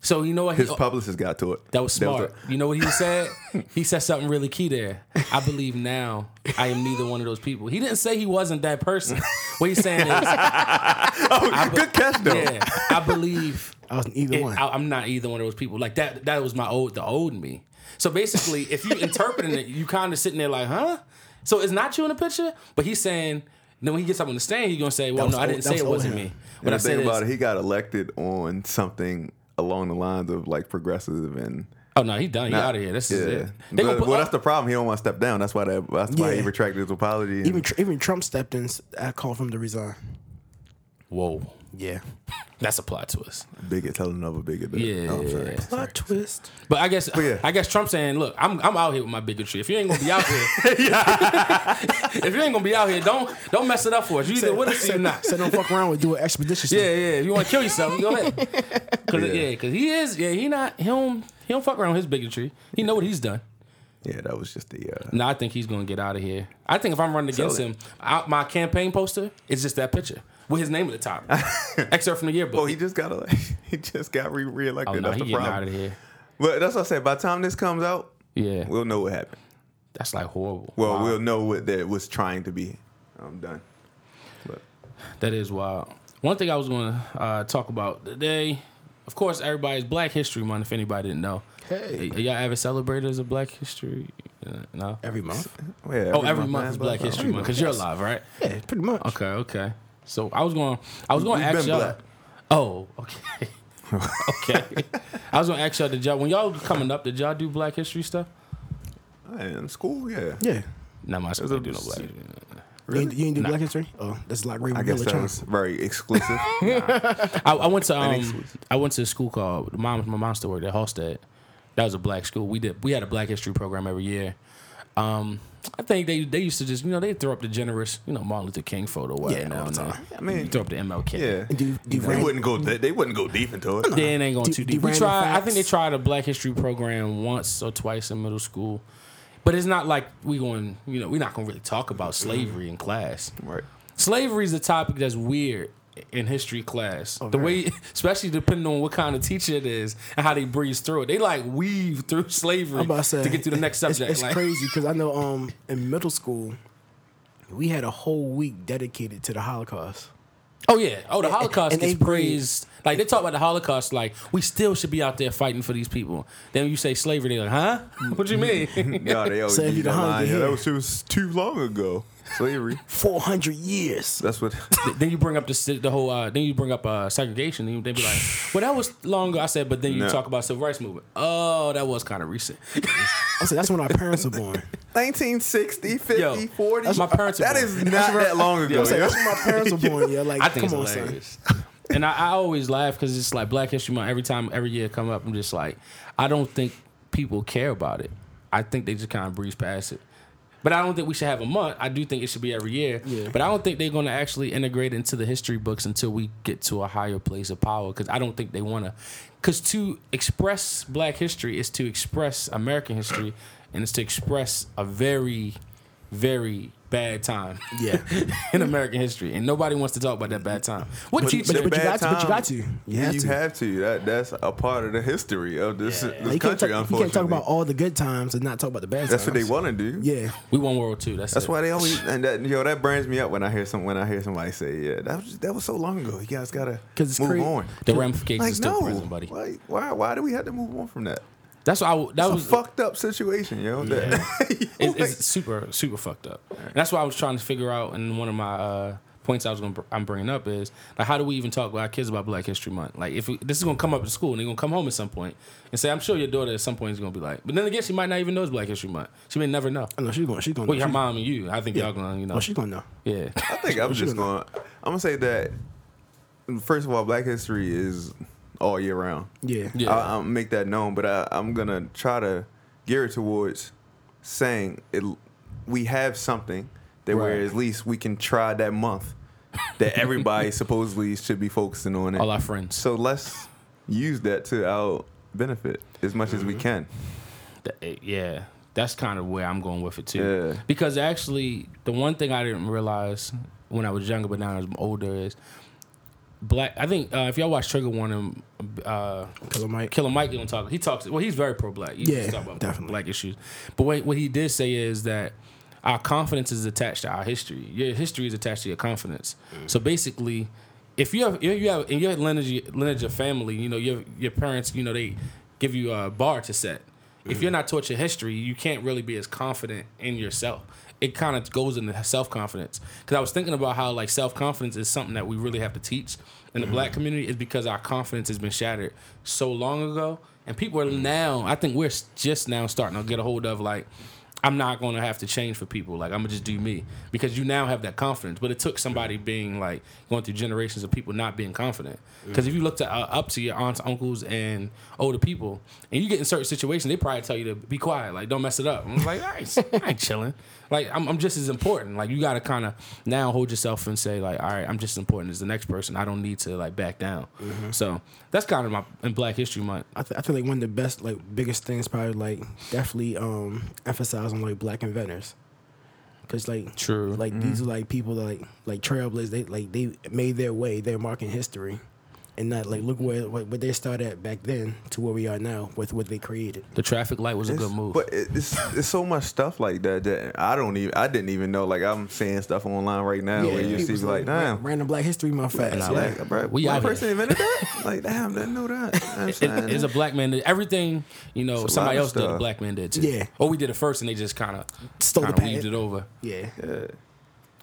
Speaker 2: so you know what? He,
Speaker 4: His publicist got to it.
Speaker 2: Oh. that was smart.
Speaker 4: it.
Speaker 2: you know what he said? he said something really key there. I believe now I am neither one of those people. He didn't say he wasn't that person. What he's saying is,
Speaker 4: oh, good catch, though.
Speaker 2: yeah, I believe
Speaker 8: I was either
Speaker 2: it-
Speaker 8: one.
Speaker 2: I, am not either one of those people. Like that. That was my old, the old me. So basically, if you interpreting it, you kind of sitting there like, huh? So it's not you in the picture, but he's saying. Then when he gets up on the stand, he's gonna say, "Well,
Speaker 8: was
Speaker 2: no, I
Speaker 8: old-
Speaker 2: didn't
Speaker 8: that
Speaker 2: say
Speaker 8: was
Speaker 2: it
Speaker 8: old
Speaker 2: wasn't
Speaker 8: him.
Speaker 2: me." But
Speaker 4: And
Speaker 2: I
Speaker 4: the
Speaker 2: said
Speaker 4: thing about
Speaker 2: about
Speaker 4: it, he got elected on something along the lines of like progressive and.
Speaker 2: "Oh no, he done. He out of here. This is
Speaker 4: Yeah.
Speaker 2: it." They
Speaker 4: But,
Speaker 2: gonna put-
Speaker 4: well, that's the problem. He don't want to step down. That's why that, that's why he
Speaker 8: Yeah.
Speaker 4: retracted his apology.
Speaker 8: even
Speaker 4: And,
Speaker 8: Tr- even Trump stepped in. I called for him to resign.
Speaker 2: Whoa.
Speaker 8: Yeah.
Speaker 2: That's a plot twist.
Speaker 4: bigot telling another bigot. that-
Speaker 2: Yeah.
Speaker 4: Oh, I'm sorry.
Speaker 8: Plot twist.
Speaker 2: But I guess
Speaker 4: yeah.
Speaker 2: I guess Trump saying, look, I'm I'm out here with my bigotry. If you ain't gonna be out here if you ain't gonna be out here, don't don't mess it up for us. You either with us or you're not.
Speaker 8: So don't fuck around with do it expeditiously.
Speaker 2: Yeah, yeah. If you wanna kill yourself, go ahead. Cause yeah. cause he is yeah, he not he don't he don't fuck around with his bigotry. He know what he's done.
Speaker 4: Yeah, that was just the. Uh,
Speaker 2: No, I think he's gonna get out of here. I think if I'm running against
Speaker 4: So-
Speaker 2: him, I, my campaign poster is just that picture with his name at the top, excerpt from the yearbook.
Speaker 4: well, he just got ele- he just got re-
Speaker 2: oh
Speaker 4: reelected.
Speaker 2: no,
Speaker 4: that's
Speaker 2: Oh, he
Speaker 4: the
Speaker 2: getting out
Speaker 4: problem.
Speaker 2: of here.
Speaker 4: But that's what I said. By the time this comes out,
Speaker 2: Yeah,
Speaker 4: we'll know what happened.
Speaker 2: that's like horrible.
Speaker 4: Well,
Speaker 2: Wow.
Speaker 4: we'll know what that was trying to be. I'm done. But
Speaker 2: That is wild. One thing I was going to uh, talk about today, of course, everybody's Black History Month. If anybody didn't know,
Speaker 8: Hey.
Speaker 2: Y- y'all ever celebrators of Black History? Uh, No.
Speaker 8: Every month.
Speaker 4: oh, yeah,
Speaker 2: oh, every month is
Speaker 4: man,
Speaker 2: Black
Speaker 4: blah, blah.
Speaker 2: History Month because you're alive, right?
Speaker 8: Yeah, pretty much.
Speaker 2: Okay, okay. So I was going, I was going to
Speaker 4: We've
Speaker 2: ask
Speaker 4: been
Speaker 2: y'all.
Speaker 4: black.
Speaker 2: Oh, okay, okay. I was going to ask y'all, did y'all when y'all was coming up, did y'all do Black History stuff?
Speaker 4: Yeah, in school, yeah.
Speaker 8: Yeah.
Speaker 2: Not my school.
Speaker 4: There's a-
Speaker 2: didn't do no Black. History.
Speaker 8: You, ain't, you ain't do Black History? Oh, that's like Ray
Speaker 4: I guess that
Speaker 8: Charles.
Speaker 4: was very exclusive.
Speaker 2: I, I went to
Speaker 4: think
Speaker 2: um,
Speaker 4: it's-
Speaker 2: I went to a school called mom. My mom still worked at Halstead. That was a black school. We did we had a Black History program every year. Um, I think they they used to just you know they throw up the generous you know Martin Luther King photo. Yeah,
Speaker 8: all
Speaker 2: now and
Speaker 8: the
Speaker 2: then.
Speaker 8: time.
Speaker 4: I mean-
Speaker 2: You throw up the MLK.
Speaker 4: yeah.
Speaker 8: Do, do
Speaker 4: They
Speaker 8: Rand-
Speaker 4: wouldn't go. They, they wouldn't go deep into it.
Speaker 2: Then ain't going
Speaker 8: Do-
Speaker 2: too
Speaker 8: do
Speaker 2: deep. We
Speaker 8: random
Speaker 2: tried. I
Speaker 8: facts.
Speaker 2: think they tried a Black History program once or twice in middle school, but it's not like we going. You know, we're not going to really talk about slavery in class.
Speaker 4: Right.
Speaker 2: Slavery is a topic that's weird in history class.
Speaker 8: Oh,
Speaker 2: the way, especially depending on what kind of teacher it is and how they breeze through it, they like weave through slavery
Speaker 8: I'm about to
Speaker 2: to,
Speaker 8: say
Speaker 2: get to the next
Speaker 8: it's-
Speaker 2: subject.
Speaker 8: It's,
Speaker 2: like,
Speaker 8: crazy because I know um in middle school we had a whole week dedicated to the Holocaust.
Speaker 2: Oh yeah. Oh, the
Speaker 8: And-
Speaker 2: Holocaust
Speaker 8: and
Speaker 2: gets
Speaker 8: they breed-
Speaker 2: praised. Like they talk about the Holocaust, like we still should be out there fighting for these people. Then you say slavery, they're like, huh? What you
Speaker 8: Mm-hmm.
Speaker 2: mean?
Speaker 4: God, they always
Speaker 8: Save you
Speaker 4: use
Speaker 8: the
Speaker 4: that line.
Speaker 8: hunger
Speaker 4: Yeah, that
Speaker 8: here.
Speaker 4: was, it was too long ago. Slavery.
Speaker 8: Four hundred years.
Speaker 4: That's what.
Speaker 2: then you bring up the si- the whole. Uh, then you bring up uh, segregation. And they be like, well, that was long ago. I said, but then you
Speaker 4: No.
Speaker 2: talk about civil rights movement. Oh, that was kind of recent.
Speaker 8: I said that's when our parents were born.
Speaker 4: 1960, 50,
Speaker 2: Yo,
Speaker 4: 40.
Speaker 2: that's my parents
Speaker 4: That
Speaker 2: were-
Speaker 4: is not that long ago.
Speaker 8: I said
Speaker 4: yo.
Speaker 8: that's when my parents were born. Yeah, like
Speaker 2: I think
Speaker 8: come on,
Speaker 2: it's
Speaker 8: son.
Speaker 2: hilarious. and I, I always laugh because it's like Black History Month. Every time, every year it come up, I'm just like, I don't think people care about it. I think they just kind of breeze past it. But I don't think we should have a month. I do think it should be every year.
Speaker 8: Yeah.
Speaker 2: But I don't think they're going to actually integrate into the history books until we get to a higher place of power. Because I don't think they want to. Because to express Black history is to express American history, and it's to express a very, very bad time
Speaker 8: Yeah,
Speaker 2: in American history, and nobody wants to talk about that bad time. What teacher?
Speaker 8: but-
Speaker 4: The
Speaker 8: but you
Speaker 4: bad
Speaker 8: got to- but you got to. You
Speaker 4: Yeah,
Speaker 8: have
Speaker 4: you
Speaker 8: to.
Speaker 4: have to. That that's a part of the history of this, this
Speaker 8: Like, you, can't
Speaker 4: country.
Speaker 8: talk, you
Speaker 4: unfortunately,
Speaker 8: can't talk about all the good times and not talk about the bad
Speaker 4: that's what
Speaker 8: times.
Speaker 4: they want to do.
Speaker 8: Yeah,
Speaker 2: we won World War II. That's
Speaker 4: That's
Speaker 2: it.
Speaker 4: why they always and that yo that burns me up when I hear some when I hear somebody say yeah that was that was so long ago you guys gotta
Speaker 8: 'Cause it's
Speaker 4: move
Speaker 8: crazy.
Speaker 4: on
Speaker 2: the ramifications are
Speaker 4: like
Speaker 2: still
Speaker 4: no
Speaker 2: present, buddy.
Speaker 4: Like, why why do we have to move on from that
Speaker 2: That's why I, w- that
Speaker 4: that was
Speaker 2: was
Speaker 4: a fucked up situation yo that,
Speaker 2: It's, it's super super fucked up. And that's why I was trying to figure out. And one of my uh, points I was gonna br- I'm bringing up is like, how do we even talk to our kids about Black History Month? Like, if we, this is gonna come up at school and they're gonna come home at some point and say, I'm sure your daughter at some point is gonna be like, but then again, she might not even know it's Black History Month. She may never know.
Speaker 8: I know she's going. She's going.
Speaker 2: Well, your mom and you, I think y'all gonna you know.
Speaker 8: Oh, she's going to know.
Speaker 2: yeah,
Speaker 4: I think I'm just going. to I'm gonna say that. First of all, Black History is all year round.
Speaker 8: Yeah.
Speaker 2: Yeah.
Speaker 4: I, I'll make that known, but I, I'm gonna try to gear it towards saying it. We have something that where
Speaker 2: Right.
Speaker 4: at least we can try that month that everybody supposedly should be focusing on it.
Speaker 2: all our friends.
Speaker 4: so let's use that to our benefit as much as we
Speaker 2: Mm-hmm.
Speaker 4: can.
Speaker 2: Th- eh, yeah, that's kind of where I'm going with it too.
Speaker 4: Yeah.
Speaker 2: Because actually, the one thing I didn't realize when I was younger, but now I'm older, is black. I think uh, if y'all watch Trigger Warning, uh,
Speaker 8: Killer Mike.
Speaker 2: Killer Mike, don't talk. He talks. Well, he's very pro black. He
Speaker 8: Yeah,
Speaker 2: just talk about
Speaker 8: definitely.
Speaker 2: black issues. But what, what he did say is that our confidence is attached to our history. Your history is attached to your confidence.
Speaker 8: Mm.
Speaker 2: So basically, if you have if you have in your lineage lineage of family, you know your your parents, you know they give you a bar to set.
Speaker 8: Mm.
Speaker 2: If you're not taught your history, you can't really be as confident in yourself. It kind of goes into self confidence because I was thinking about how like self confidence is something that we really have to teach in the
Speaker 8: Mm-hmm.
Speaker 2: black community is because our confidence has been shattered so long ago, and people are now. I think we're just now starting to get a hold of like I'm not gonna have to change for people. Like I'm gonna just do me because you now have that confidence. But it took somebody being like going through generations of people not being confident. Because if you look to, uh, up to your aunts, uncles, and older people, and you get in certain situations, they probably tell you to be quiet, like don't mess it up. I'm like, I ain't, I ain't chilling. Like I'm, I'm just as important. Like you gotta kind of now hold yourself and say like, all right, I'm just as important as the next person. I don't need to like back down. So that's kind of my in Black History Month.
Speaker 8: I, th- I feel like one of the best, like biggest things, probably like definitely um emphasize on like black inventors, because like
Speaker 2: True. Mm-hmm.
Speaker 8: like these are like people that, like like trailblazers. They like they made their way, their mark in history. and not like look where what where they started at back then to where we are now with what they created.
Speaker 2: The traffic light was a good
Speaker 4: It's-
Speaker 2: move.
Speaker 4: But it- it's it's so much stuff like that that I don't even I didn't even know. Like I'm seeing stuff online right now where you see
Speaker 8: people's
Speaker 4: like,
Speaker 8: ran-
Speaker 4: damn.
Speaker 8: random Black History Month facts.
Speaker 2: nah,
Speaker 8: yeah.
Speaker 2: like-
Speaker 4: Like, uh, bro,
Speaker 2: We
Speaker 4: one
Speaker 2: out here.
Speaker 4: person invented that? like, damn, didn't know that. You know what I'm
Speaker 2: It-
Speaker 4: saying?
Speaker 2: it's a black man. Did. Everything you know,
Speaker 4: It's a
Speaker 2: somebody
Speaker 4: lot of
Speaker 2: else did. A
Speaker 4: stuff.
Speaker 2: black man did too.
Speaker 8: Yeah.
Speaker 2: Or we did it first, and they just kind of
Speaker 8: Stole the
Speaker 2: kind of
Speaker 8: patent.
Speaker 2: weaved it over.
Speaker 8: yeah.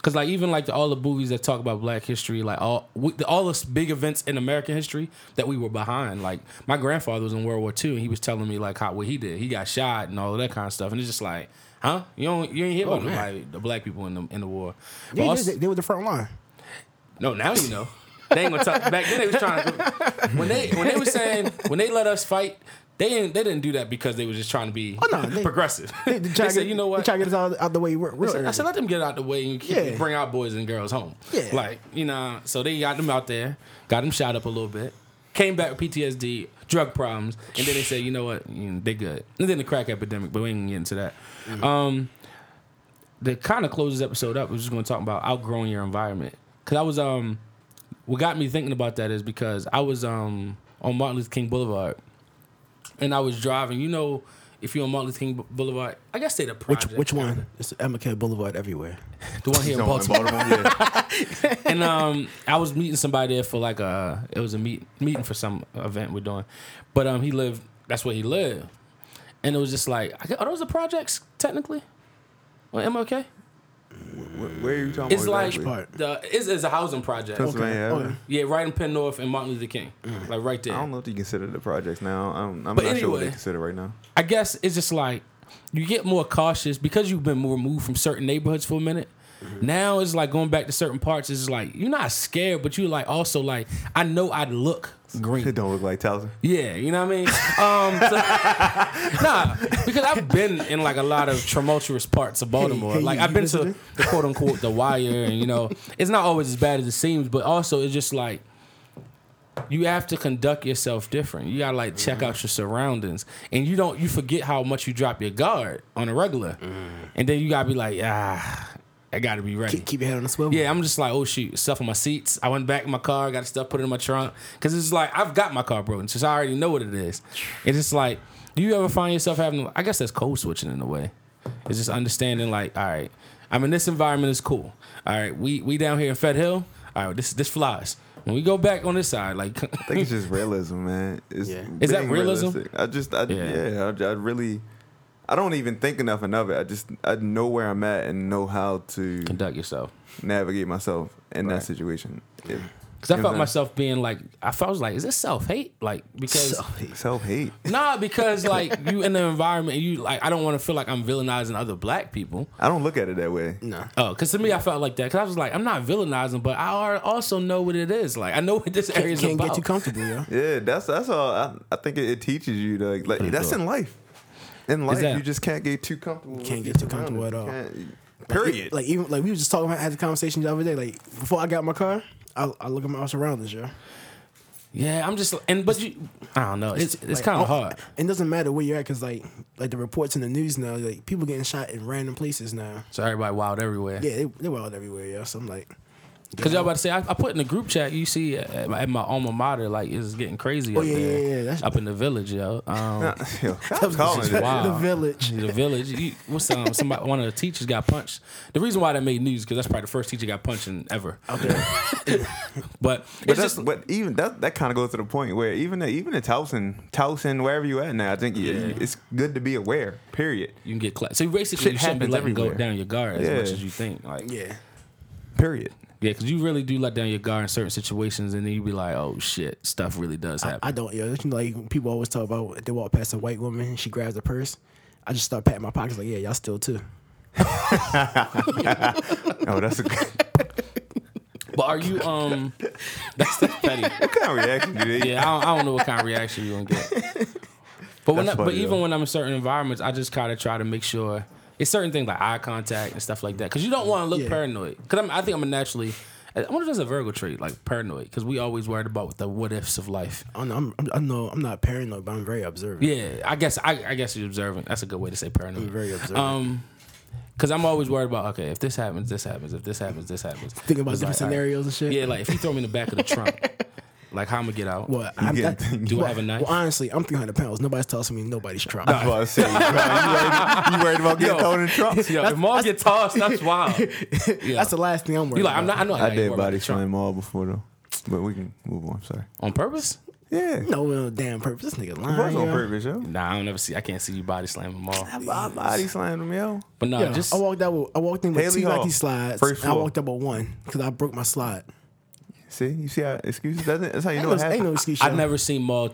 Speaker 2: Cause like even like the, all the movies that talk about Black history, like all we, the, all the big events in American history that we were behind. Like my grandfather was in World War II, and he was telling me like how what he did. He got shot and all of that kind of stuff. And it's just like, huh? You don't you ain't hear
Speaker 4: Oh,
Speaker 2: about
Speaker 8: man.
Speaker 2: nobody, the black people in the in the war. But
Speaker 8: They,
Speaker 2: also-
Speaker 8: they, they were the front line.
Speaker 2: no, now you know. They ain't gonna talk. Back then they was trying to. When they when they was saying when they let us fight, they didn't they didn't do that because they was just trying to be
Speaker 8: Oh, no, they-
Speaker 2: progressive.
Speaker 8: They,
Speaker 2: They,
Speaker 8: they try to
Speaker 2: said,
Speaker 8: get-
Speaker 2: you know
Speaker 8: They
Speaker 2: what?
Speaker 8: try to get us out, out the way. Real, real
Speaker 2: I said, let them get out the way and keep,
Speaker 8: Yeah.
Speaker 2: bring our boys and girls home.
Speaker 8: Yeah.
Speaker 2: Like, you know, so they got them out there, got them shot up a little bit, came back with PTSD, drug problems, and then they said, you know what, you know, they good. And then the crack epidemic, but we ain't gonna get into that.
Speaker 8: Mm-hmm.
Speaker 2: Um, that kind of closes this episode up. We're just gonna talk about outgrowing your environment. Cause I was, um, what got me thinking about that is because I was um, on Martin Luther King Boulevard and I was driving, you know, if you're on Martin Luther King Boulevard, I guess they the
Speaker 8: Which
Speaker 2: project,
Speaker 8: which one? It's MK Boulevard everywhere.
Speaker 2: the one here in
Speaker 4: Don't want
Speaker 2: Baltimore.
Speaker 4: Baltimore, yeah.
Speaker 2: and um, I was meeting somebody there for like a it was a meet meeting for some event we're doing, but um, he lived that's where he lived, and it was just like I gu- are those the projects technically? Well, MLK.
Speaker 4: Where, where are you talking
Speaker 2: It's
Speaker 4: about?
Speaker 2: like
Speaker 4: exactly?
Speaker 8: part?
Speaker 2: the it's, it's a housing project.
Speaker 4: Pennsylvania.
Speaker 8: Okay.
Speaker 4: Avenue.
Speaker 2: Yeah, right in Penn North and Martin Luther King, like right there.
Speaker 4: Mm. I don't know if you consider the projects now. I'm, I'm not
Speaker 2: But
Speaker 4: sure what they
Speaker 2: anyway.
Speaker 4: consider right now.
Speaker 2: I guess it's just like you get more cautious because you've been more removed from certain neighborhoods for a minute.
Speaker 4: Mm-hmm.
Speaker 2: Now it's like going back to certain parts. It's like you're not scared, but you're like also like I know I look green.
Speaker 4: It don't look like Towson.
Speaker 2: Yeah, you know what I mean. Um, so- nah, because I've been in like a lot of tumultuous parts of Baltimore.
Speaker 8: hey,
Speaker 2: like
Speaker 8: you-
Speaker 2: I've
Speaker 8: you
Speaker 2: been
Speaker 8: listening?
Speaker 2: to the quote unquote the wire, and you know it's not always as bad as it seems, but also it's just like you have to conduct yourself different. You gotta like
Speaker 8: Mm-hmm.
Speaker 2: check out your surroundings, and you don't you forget how much you drop your guard on a regular,
Speaker 8: Mm.
Speaker 2: and then you gotta be like ah, I gotta be ready.
Speaker 8: Keep, keep your head on the swivel.
Speaker 2: Yeah, I'm just like, oh shoot, stuff in my seats. I went back in my car, got stuff put it in my trunk because it's like I've got my car broken, so I already know what it is. It's just like, do you ever find yourself having? I guess that's code switching in a way. It's just understanding, like, all right, I'm in this environment is cool. All right, we we down here in Fed Hill. All right, this this flies. When we go back on this side, like,
Speaker 4: I think it's just realism, man. It's
Speaker 8: Yeah.
Speaker 2: Is that
Speaker 4: being
Speaker 2: realism?
Speaker 4: realistic. I just, I,
Speaker 2: Yeah.
Speaker 4: yeah, I, I really, I don't even think enough of it. I just, I know where I'm at and know how to
Speaker 2: conduct yourself.
Speaker 4: navigate myself in
Speaker 2: Right.
Speaker 4: that situation. Because
Speaker 2: Because I felt myself being like, I felt I was like, is this self hate? Like, because
Speaker 4: self hate.
Speaker 2: Nah, because like you in the environment, you like I don't want to feel like I'm villainizing other black people.
Speaker 4: I don't look at it that way.
Speaker 8: No.
Speaker 2: Oh, because to me I felt like that. Because I was like, I'm not villainizing, but I al- also know what it is. Like I know what this area
Speaker 8: Can't,
Speaker 2: is
Speaker 8: can't
Speaker 2: about.
Speaker 8: get too comfortable, yo.
Speaker 4: Yeah, that's that's all. I, I think it, it teaches you to like, like that's in life. In life,
Speaker 2: that-
Speaker 4: you just can't get too comfortable. with
Speaker 8: Can't
Speaker 4: your
Speaker 8: get too comfortable
Speaker 4: surroundings.
Speaker 8: at all.
Speaker 4: You can't- Period.
Speaker 8: Like even like we was just talking about had the conversation the other day. Like before I got in my car, I, I look at my surroundings, yo.
Speaker 2: yeah, I'm just and but you, I don't know. It's it's
Speaker 8: Like,
Speaker 2: kind
Speaker 8: oh,
Speaker 2: of hard.
Speaker 8: It doesn't matter where you're at, cause like like the reports in the news now, like people getting shot in random places now.
Speaker 2: So everybody wild everywhere.
Speaker 8: Yeah, they, they were out everywhere, yo. So I'm like,
Speaker 2: Because y'all about to say I, I put in the group chat. You see uh, at my, at my alma mater, like it's getting crazy
Speaker 8: Oh,
Speaker 2: up
Speaker 8: yeah,
Speaker 2: there,
Speaker 8: yeah, yeah, that's-
Speaker 2: up in the village, yo. Um,
Speaker 4: Yo, I'm calling it.
Speaker 2: wild.
Speaker 8: the village.
Speaker 2: the village. You, what's um, somebody? One of the teachers got punched. The reason why that made news because that's probably the first teacher got punched in ever. Okay, but
Speaker 4: But
Speaker 2: it's
Speaker 4: that's
Speaker 2: just
Speaker 4: but even that that kind of goes to the point where even even in Towson, Towson, wherever you at now, I think you- it's good to be aware. Period.
Speaker 2: you can get clapped. So basically,
Speaker 4: Shit
Speaker 2: you shouldn't be
Speaker 4: happens
Speaker 2: letting go
Speaker 4: everywhere.
Speaker 2: down your guard as
Speaker 4: Yeah.
Speaker 2: much as you think. Like yeah,
Speaker 8: Yeah,
Speaker 4: Period.
Speaker 2: because you really do let down your guard in certain situations, and then you be like, oh shit, stuff really does happen.
Speaker 8: I don't, yo. You know, like people always talk about they walk past a white woman, and she grabs a purse. I just start patting my pockets, like, yeah, y'all still too.
Speaker 4: Oh, that's a good
Speaker 2: but are you um? That's that's petty.
Speaker 4: kind of reaction to that.
Speaker 2: Yeah, I don't, I don't know what kind of reaction you're gonna get. But when, I,
Speaker 4: That's
Speaker 2: but
Speaker 4: funny,
Speaker 2: even
Speaker 4: though.
Speaker 2: when I'm in certain environments, I just kind of try to make sure it's certain things like eye contact and stuff like that, because you don't want to look
Speaker 8: Yeah.
Speaker 2: paranoid. Because I think I'm a naturally. I wonder if that's a Virgo trait, like paranoid, because we always worried about the what ifs of life.
Speaker 8: I don't know. I'm, I'm, I know I'm not paranoid, but I'm very observant.
Speaker 2: Yeah, I guess I, I guess you're observant. That's a good way to say paranoid.
Speaker 8: I'm very observant.
Speaker 2: Um, because I'm always worried about okay, if this happens, this happens. If this happens, this happens.
Speaker 8: Think about
Speaker 2: It's
Speaker 8: different
Speaker 2: like, all right.
Speaker 8: scenarios and shit.
Speaker 2: Yeah, like if you throw me in the back of the trunk, Like how I'm gonna get out?
Speaker 3: Well, I'm,
Speaker 4: get-
Speaker 3: that-
Speaker 2: Do I
Speaker 3: well,
Speaker 2: have a knife?
Speaker 3: Well, honestly, I'm 300 pounds. Nobody's tossing me. Nobody's trying.
Speaker 4: I was about to say, you worried, you worried about getting
Speaker 2: Yo.
Speaker 4: thrown in the trunk?
Speaker 2: Yo, if Maul get tossed, that's wild. Yeah.
Speaker 3: That's the last thing I'm worried
Speaker 2: You like? I'm
Speaker 3: about.
Speaker 2: not. I know. I,
Speaker 4: I
Speaker 2: ain't
Speaker 4: did
Speaker 2: worried about
Speaker 4: body
Speaker 2: the trunk.
Speaker 4: slam all before though, but we can move on. Sorry.
Speaker 2: on purpose.
Speaker 4: Yeah,
Speaker 3: No, no damn purpose. This nigga lying.
Speaker 4: it was on
Speaker 3: yo.
Speaker 4: purpose, yo.
Speaker 2: Nah, I don't ever see. I can't see you body slamming Maul.
Speaker 4: I body slammed him, yo.
Speaker 2: But no,
Speaker 3: Yeah,
Speaker 2: just
Speaker 3: I walked out. With, I walked in with
Speaker 4: Haley
Speaker 3: two
Speaker 4: Hall,
Speaker 3: Nike slides.
Speaker 4: first
Speaker 3: and I
Speaker 4: floor.
Speaker 3: walked out with one because I broke my slide.
Speaker 4: See, you see how excuses doesn't. That's how you
Speaker 3: Ain't no,
Speaker 4: know what
Speaker 3: ain't no
Speaker 4: happened.
Speaker 3: excuse.
Speaker 2: I've
Speaker 3: yo.
Speaker 2: never seen Maul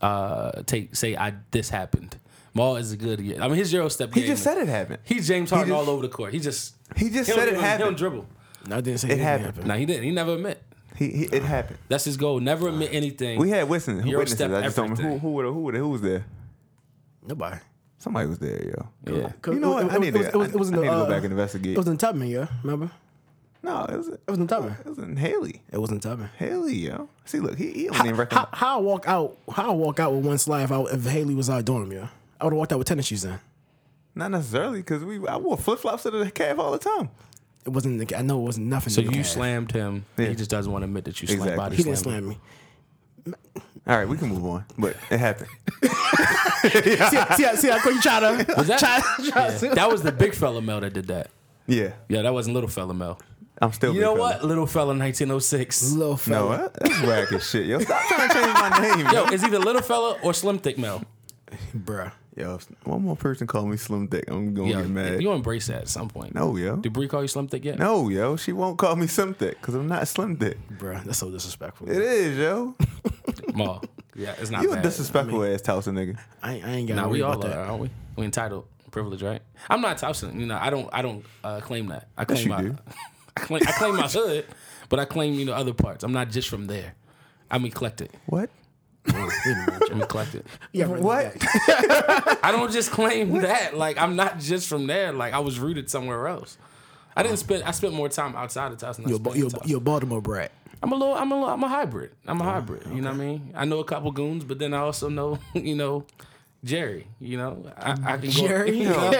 Speaker 2: uh, take say I this happened. Maul is a good. I mean, his zero step.
Speaker 4: He
Speaker 2: game
Speaker 4: just
Speaker 2: is-
Speaker 4: said it happened.
Speaker 2: He's James Harden
Speaker 4: just-
Speaker 2: all over the court. He just
Speaker 4: He just
Speaker 2: don't
Speaker 4: said it
Speaker 2: even- He
Speaker 4: happened.
Speaker 2: don't dribble.
Speaker 3: No, I didn't say
Speaker 4: It
Speaker 3: anything
Speaker 4: happened.
Speaker 2: No, he didn't. He never admit.
Speaker 4: He, he it happened.
Speaker 2: That's his goal. Never admit anything.
Speaker 4: We had witnesses.
Speaker 2: Euro
Speaker 4: witnesses.
Speaker 2: step
Speaker 4: I just don't remember
Speaker 2: everything.
Speaker 4: who who were- who were- who was there.
Speaker 3: Nobody.
Speaker 4: Somebody was there, yo.
Speaker 2: yeah.
Speaker 4: You know what? I need to.
Speaker 3: was- was- it was
Speaker 4: I
Speaker 3: in the,
Speaker 4: need to go
Speaker 3: uh,
Speaker 4: back and investigate.
Speaker 3: It was in Tubman, yeah. Remember?
Speaker 4: no, it was.
Speaker 3: It was in Tubman.
Speaker 4: It was in Haley.
Speaker 3: It was in Tubman.
Speaker 4: Haley, yo. See, look, he, he don't even
Speaker 3: How,
Speaker 4: recognize.
Speaker 3: how I walk out? How I walk out with one slide if, I, if Haley was out dorm, yeah. I would have walked out with tennis shoes in.
Speaker 4: Not necessarily, because we I wore flip flops to the calf all the time.
Speaker 3: It wasn't. The, I know it wasn't nothing.
Speaker 2: So
Speaker 3: to
Speaker 2: you
Speaker 3: the calf.
Speaker 2: slammed him.
Speaker 4: Yeah.
Speaker 2: He just doesn't want to admit that you
Speaker 4: Exactly.
Speaker 2: slammed body
Speaker 3: He didn't
Speaker 2: slammed him.
Speaker 3: slam me.
Speaker 4: All right, we can move on, but it happened.
Speaker 3: see, see, see, I couldn't try to.
Speaker 2: Was that?
Speaker 3: try- try
Speaker 2: Yeah.
Speaker 3: to-
Speaker 2: That was the big fella Mel that did that.
Speaker 4: Yeah,
Speaker 2: Yeah, that wasn't little fella Mel.
Speaker 4: I'm still.
Speaker 2: You
Speaker 4: big
Speaker 2: know
Speaker 4: fella.
Speaker 2: what? Little fella 1906.
Speaker 3: Little
Speaker 4: No,
Speaker 3: fella.
Speaker 4: what? that's whack as shit, yo. Stop trying to change my name,
Speaker 2: Yo, it's either little fella or slim thick Mel.
Speaker 3: bruh.
Speaker 4: Yo, if one more person call me Slim Dick, I'm gonna
Speaker 2: Yo,
Speaker 4: get mad.
Speaker 2: you embrace that at some point.
Speaker 4: no, yo.
Speaker 2: Did Bree call you slim thick yet?
Speaker 4: No, yo. She won't call me Slim Dick because I'm not Slim Dick.
Speaker 3: Bruh, that's so disrespectful.
Speaker 4: It is, yo.
Speaker 2: Maul. Yeah, it's not
Speaker 4: You a
Speaker 2: bad.
Speaker 4: disrespectful ass Towson nigga.
Speaker 3: I, ain't- I ain't got
Speaker 2: Nah,
Speaker 3: to
Speaker 2: we
Speaker 3: worry
Speaker 2: all
Speaker 3: about
Speaker 2: are,
Speaker 3: that.
Speaker 2: aren't we? We entitled privilege, right? I'm not Towson. You know, I don't, I don't uh, claim that. I claim
Speaker 4: you
Speaker 2: my,
Speaker 4: do.
Speaker 2: I claim, I claim my hood, but I claim you know other parts. I'm not just from there. I'm eclectic.
Speaker 4: What?
Speaker 2: I'm eclectic.
Speaker 3: Yeah, right,
Speaker 4: What?
Speaker 2: I don't just claim that. Like I'm not just from there. Like I was rooted somewhere else. I didn't spend. I spent more time outside of Towson. Than
Speaker 3: You're,
Speaker 2: I
Speaker 3: Ba-
Speaker 2: spent in
Speaker 3: you're,
Speaker 2: Towson.
Speaker 3: you're Baltimore brat.
Speaker 2: I'm a little. I'm a. Little, I'm a hybrid. I'm a
Speaker 4: Ah,
Speaker 2: hybrid. You know what I mean? I know a couple goons, but then I also know. You know. Jerry, you know, I, I can
Speaker 3: Jerry?
Speaker 2: Go, you, know?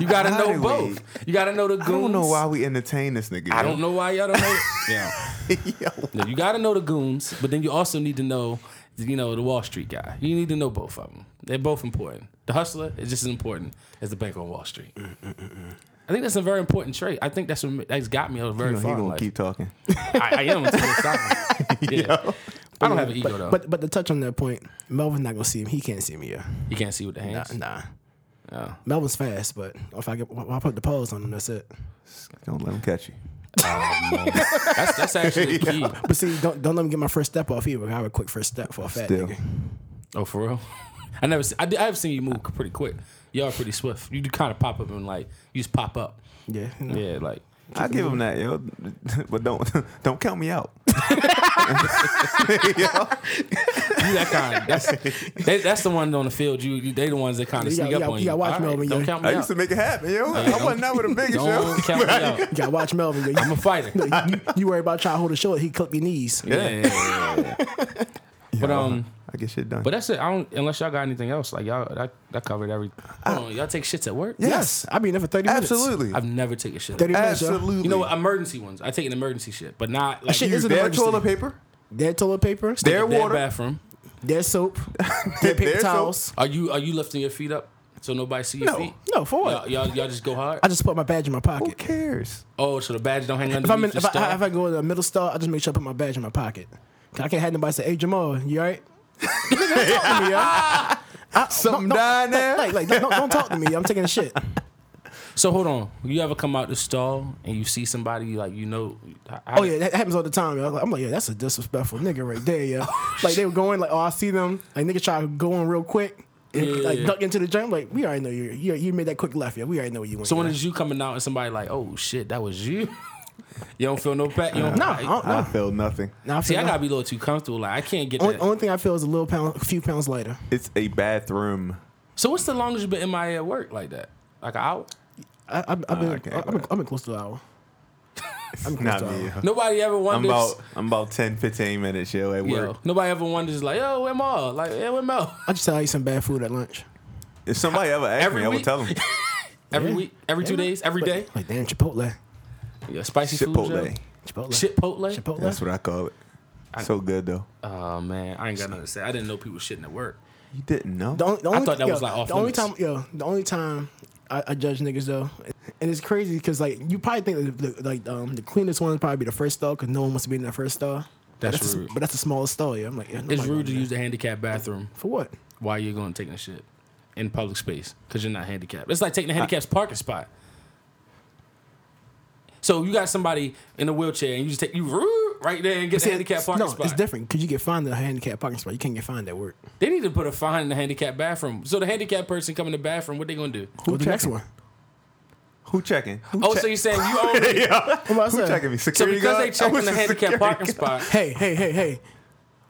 Speaker 2: You gotta
Speaker 4: Why do
Speaker 2: know
Speaker 4: we-
Speaker 2: both. You gotta know the goons.
Speaker 4: I don't know why we entertain this nigga.
Speaker 2: I don't know why y'all don't know. yeah.
Speaker 4: yo.
Speaker 2: No, you gotta know the goons, but then you also need to know, you know, the Wall Street guy. You need to know both of them. They're both important. The hustler is just as important as the bank on Wall Street.
Speaker 4: Mm,
Speaker 2: I think that's a very important trait. I think that's what ma- that's got me very
Speaker 4: He
Speaker 2: far. in
Speaker 4: gonna
Speaker 2: life.
Speaker 4: keep talking.
Speaker 2: I, I am. Until it's not. yeah. I don't have an ego though.
Speaker 3: But but to touch on that point, Melvin's not gonna see him. He can't see me. Yeah,
Speaker 2: you can't see with the
Speaker 3: nah.
Speaker 2: hands.
Speaker 3: nah.
Speaker 2: Oh.
Speaker 3: Melvin's fast, but if I get, if I put the pose on him, that's it.
Speaker 4: Don't let him catch you.
Speaker 2: That's that's actually the key.
Speaker 3: But see, don't don't let me get my first step off either. I have a quick first step for a fat
Speaker 4: Still.
Speaker 3: nigga.
Speaker 2: Oh, for real? I never. See, I did, I have seen you move pretty quick. Y'all are pretty swift. You do kind of pop up and like you just pop up.
Speaker 3: Yeah, you know.
Speaker 2: Yeah, like
Speaker 4: I give him that, yo. But don't don't count me out.
Speaker 2: You that kind. That's they, that's the one on the field. You, you they the ones that kind of
Speaker 3: You
Speaker 2: sneak
Speaker 3: gotta-
Speaker 2: up
Speaker 3: you
Speaker 2: on
Speaker 3: gotta- you
Speaker 2: you.
Speaker 3: gotta watch
Speaker 2: All
Speaker 3: me over
Speaker 2: don't
Speaker 3: here.
Speaker 2: count me
Speaker 4: I used
Speaker 2: out.
Speaker 4: to make it happen, yo. I
Speaker 2: don't-
Speaker 4: wasn't out with the biggest, yo.
Speaker 2: Don't count me out.
Speaker 3: You gotta watch Melvin. yo.
Speaker 2: I'm a fighter. Yeah,
Speaker 3: you, you worry about trying to hold his shoulder, he clip your knees.
Speaker 2: yeah, yeah, yeah, yeah. But um,
Speaker 4: I get shit done.
Speaker 2: but that's it. I don't unless y'all got anything else. Like y'all, that, that covered everything. Hold on, y'all take shits at work.
Speaker 4: Yeah.
Speaker 3: Yes, I mean, there for thirty minutes.
Speaker 4: absolutely,
Speaker 2: I've never taken shit.
Speaker 3: thirty minutes. Absolutely.
Speaker 4: absolutely.
Speaker 2: You know what? Emergency ones. I take an emergency shit, but not like
Speaker 3: shit
Speaker 2: you-
Speaker 3: is an
Speaker 4: Their
Speaker 3: emergency.
Speaker 4: toilet paper,
Speaker 3: Dead toilet paper.
Speaker 2: their
Speaker 4: their water,
Speaker 2: bathroom.
Speaker 3: Dead soap. Dead paper
Speaker 4: Their soap.
Speaker 3: towels.
Speaker 2: Are you are you lifting your feet up so nobody see your
Speaker 3: No.
Speaker 2: feet?
Speaker 3: No, for what?
Speaker 2: Y'all, y'all, y'all just go hard.
Speaker 3: I just put my badge in my pocket.
Speaker 4: Who cares?
Speaker 2: Oh, so the badge don't hang underneath
Speaker 3: If I'm in,
Speaker 2: the
Speaker 3: if I,
Speaker 2: star?
Speaker 3: if I go to the middle star, I just make sure I put my badge in my pocket. 'Cause I can't have nobody say, "Hey Jamal, you alright?" Nigga, don't talk to me, yo. I- don't-
Speaker 4: Something
Speaker 3: don't-
Speaker 4: dying there?
Speaker 3: Like, like, don't, don't- don't talk to me. yo. I'm taking a shit.
Speaker 2: So hold on, you ever come out the stall and you see somebody you like you know? how-
Speaker 3: Oh yeah, that happens all the time. Yo. I'm like, yeah, that's a disrespectful nigga right there, yo. like they were going, like, oh, I see them. Like nigga try to go in real quick and
Speaker 2: Yeah,
Speaker 3: like
Speaker 2: yeah.
Speaker 3: duck into the gym. Like we already know you. You, you made that quick left, yeah. We already know what you went.
Speaker 2: So when
Speaker 3: yo.
Speaker 2: is you coming out and somebody like, oh shit, that was you? you don't feel no pat? You don't
Speaker 3: no, I don't,
Speaker 4: I
Speaker 3: no.
Speaker 4: feel nothing.
Speaker 3: Nah, I
Speaker 2: See,
Speaker 3: feel
Speaker 2: I
Speaker 3: no.
Speaker 2: gotta be a little too comfortable. Like I can't get
Speaker 3: only,
Speaker 2: that.
Speaker 3: only thing I feel is a little pound, a few pounds lighter.
Speaker 4: It's a bathroom.
Speaker 2: So what's the longest you been in my at work like that? Like an hour?
Speaker 3: I, I've, I've been,
Speaker 4: Ah, okay,
Speaker 3: I've, been, I've been close to an hour. I'm close
Speaker 4: Not
Speaker 3: to an hour.
Speaker 4: me. yo.
Speaker 2: Nobody ever
Speaker 4: I'm
Speaker 2: wonders.
Speaker 4: about I'm about 10, 15 minutes, yo, at
Speaker 2: yo,
Speaker 4: work.
Speaker 2: nobody ever wonders like, yo, where Mal? Like, yeah, where Mel?
Speaker 3: I just tell you some bad food at lunch.
Speaker 4: If somebody ever asked
Speaker 2: Every
Speaker 4: me, I would
Speaker 2: week?
Speaker 4: tell them
Speaker 2: Every
Speaker 3: Yeah.
Speaker 2: week, every two days, every day.
Speaker 3: Like damn Chipotle.
Speaker 2: Yeah, spicy food.
Speaker 4: Chipotle.
Speaker 2: Chipotle.
Speaker 3: Chipotle.
Speaker 2: Chipotle.
Speaker 3: Chipotle.
Speaker 4: That's what I call it. So good though.
Speaker 2: Oh man, I ain't got nothing to say. I didn't know people shitting at work.
Speaker 4: You didn't know?
Speaker 3: The only, the
Speaker 2: I
Speaker 3: only,
Speaker 2: thought that
Speaker 3: yo,
Speaker 2: was, like, off
Speaker 3: the only time,
Speaker 2: limits.
Speaker 3: yo, the only time I, I judge niggas though, and it's crazy because like you probably think that the, like um the cleanest one would probably be the first stall because no one wants to be in that first stall. But
Speaker 2: That's
Speaker 3: the-
Speaker 2: rude.
Speaker 3: but that's the smallest stall. Yeah, I'm like, yeah,
Speaker 2: It's
Speaker 3: nobody
Speaker 2: rude to
Speaker 3: going
Speaker 2: use the handicapped bathroom
Speaker 3: for what?
Speaker 2: while you're going to take a shit in public space because you're not handicapped. It's like taking a handicapped parking spot. So you got somebody in a wheelchair and you just take you roo- right there and get the handicapped
Speaker 3: It's-
Speaker 2: parking
Speaker 3: no,
Speaker 2: spot.
Speaker 3: it's different because you get fined in a handicapped parking spot. You can't get fined at work.
Speaker 2: They need to put a fine in the handicapped bathroom. So the handicapped person come in the bathroom, what they gonna do?
Speaker 3: Who the next
Speaker 4: checking?
Speaker 3: one?
Speaker 4: Who checking? Who
Speaker 2: Oh,
Speaker 4: check-
Speaker 2: so you're saying you already
Speaker 3: Who am I
Speaker 4: Who
Speaker 3: saying?
Speaker 4: checking me?
Speaker 2: so
Speaker 4: Security
Speaker 2: because they
Speaker 4: guard? I
Speaker 2: checked
Speaker 4: wish
Speaker 2: in the
Speaker 4: a
Speaker 2: handicapped
Speaker 4: security
Speaker 2: parking spot
Speaker 4: guard-
Speaker 3: Hey, hey, hey, hey!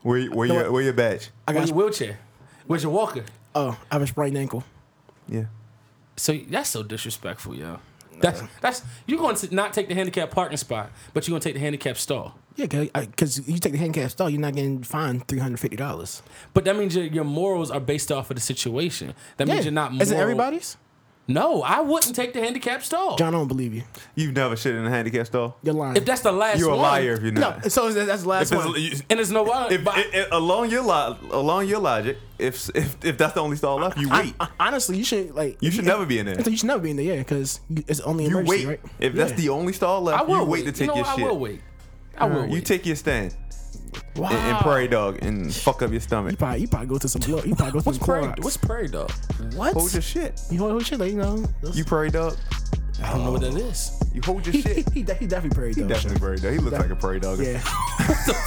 Speaker 4: Where, where, your, where your badge?
Speaker 3: I
Speaker 2: with
Speaker 3: got
Speaker 2: your wheelchair, with your walker.
Speaker 3: oh, I have a sprained ankle.
Speaker 4: Yeah.
Speaker 2: So that's so disrespectful, yo. That's that's you're going to not take the handicapped parking spot, but you're gonna take the handicapped stall.
Speaker 3: Yeah, because you take the handicap stall, you're not getting fined three hundred fifty dollars.
Speaker 2: But that means your, your morals are based off of the situation. That
Speaker 3: Yeah,
Speaker 2: means you're not. Moral.
Speaker 3: is it everybody's?
Speaker 2: No, I wouldn't take the handicapped stall.
Speaker 3: John, I don't believe you.
Speaker 4: You've never shit in a handicap store?
Speaker 3: You're lying.
Speaker 2: if that's the last,
Speaker 4: You're a
Speaker 2: one,
Speaker 4: liar if you're
Speaker 3: no,
Speaker 4: not.
Speaker 3: so that- that's the
Speaker 4: If
Speaker 3: last
Speaker 4: it's-
Speaker 3: one.
Speaker 4: you-
Speaker 2: and there's no why.
Speaker 4: if, i i- along your lo- along your logic, if if if that's the only stall left, you wait.
Speaker 3: Hon- honestly, you should like.
Speaker 4: You should never be in there.
Speaker 3: I think you should never be in there, yeah, because it's only
Speaker 4: You
Speaker 3: emergency,
Speaker 4: wait.
Speaker 3: right?
Speaker 4: If that's the only stall left,
Speaker 2: I will
Speaker 4: you wait, to take
Speaker 2: you know
Speaker 4: your
Speaker 2: what?
Speaker 4: shit.
Speaker 2: I will wait. I will.
Speaker 4: You
Speaker 2: wait.
Speaker 4: take your stand
Speaker 3: wow.
Speaker 4: and, and prairie dog and fuck up your stomach.
Speaker 3: You probably, you probably go to some blow. You probably go to
Speaker 2: what's
Speaker 3: some
Speaker 2: prairie?
Speaker 3: Clorox.
Speaker 2: What's prairie dog?
Speaker 3: what?
Speaker 4: Hold your shit.
Speaker 3: you hold, hold shit, like, you know.
Speaker 4: You prairie dog.
Speaker 2: I don't know what that is.
Speaker 4: You hold your
Speaker 3: he,
Speaker 4: shit.
Speaker 3: he, he, de- he definitely prayed though.
Speaker 4: Definitely prairie dog. He looks like a prairie dog.
Speaker 3: Yeah.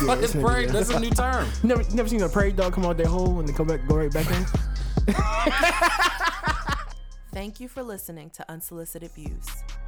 Speaker 2: What is
Speaker 3: it's
Speaker 2: prairie?
Speaker 3: nigga.
Speaker 2: That's a new term.
Speaker 3: You never, you never seen a prairie dog come out their hole and then come back, go right back in.
Speaker 1: Thank you for listening to Unsolicited Views.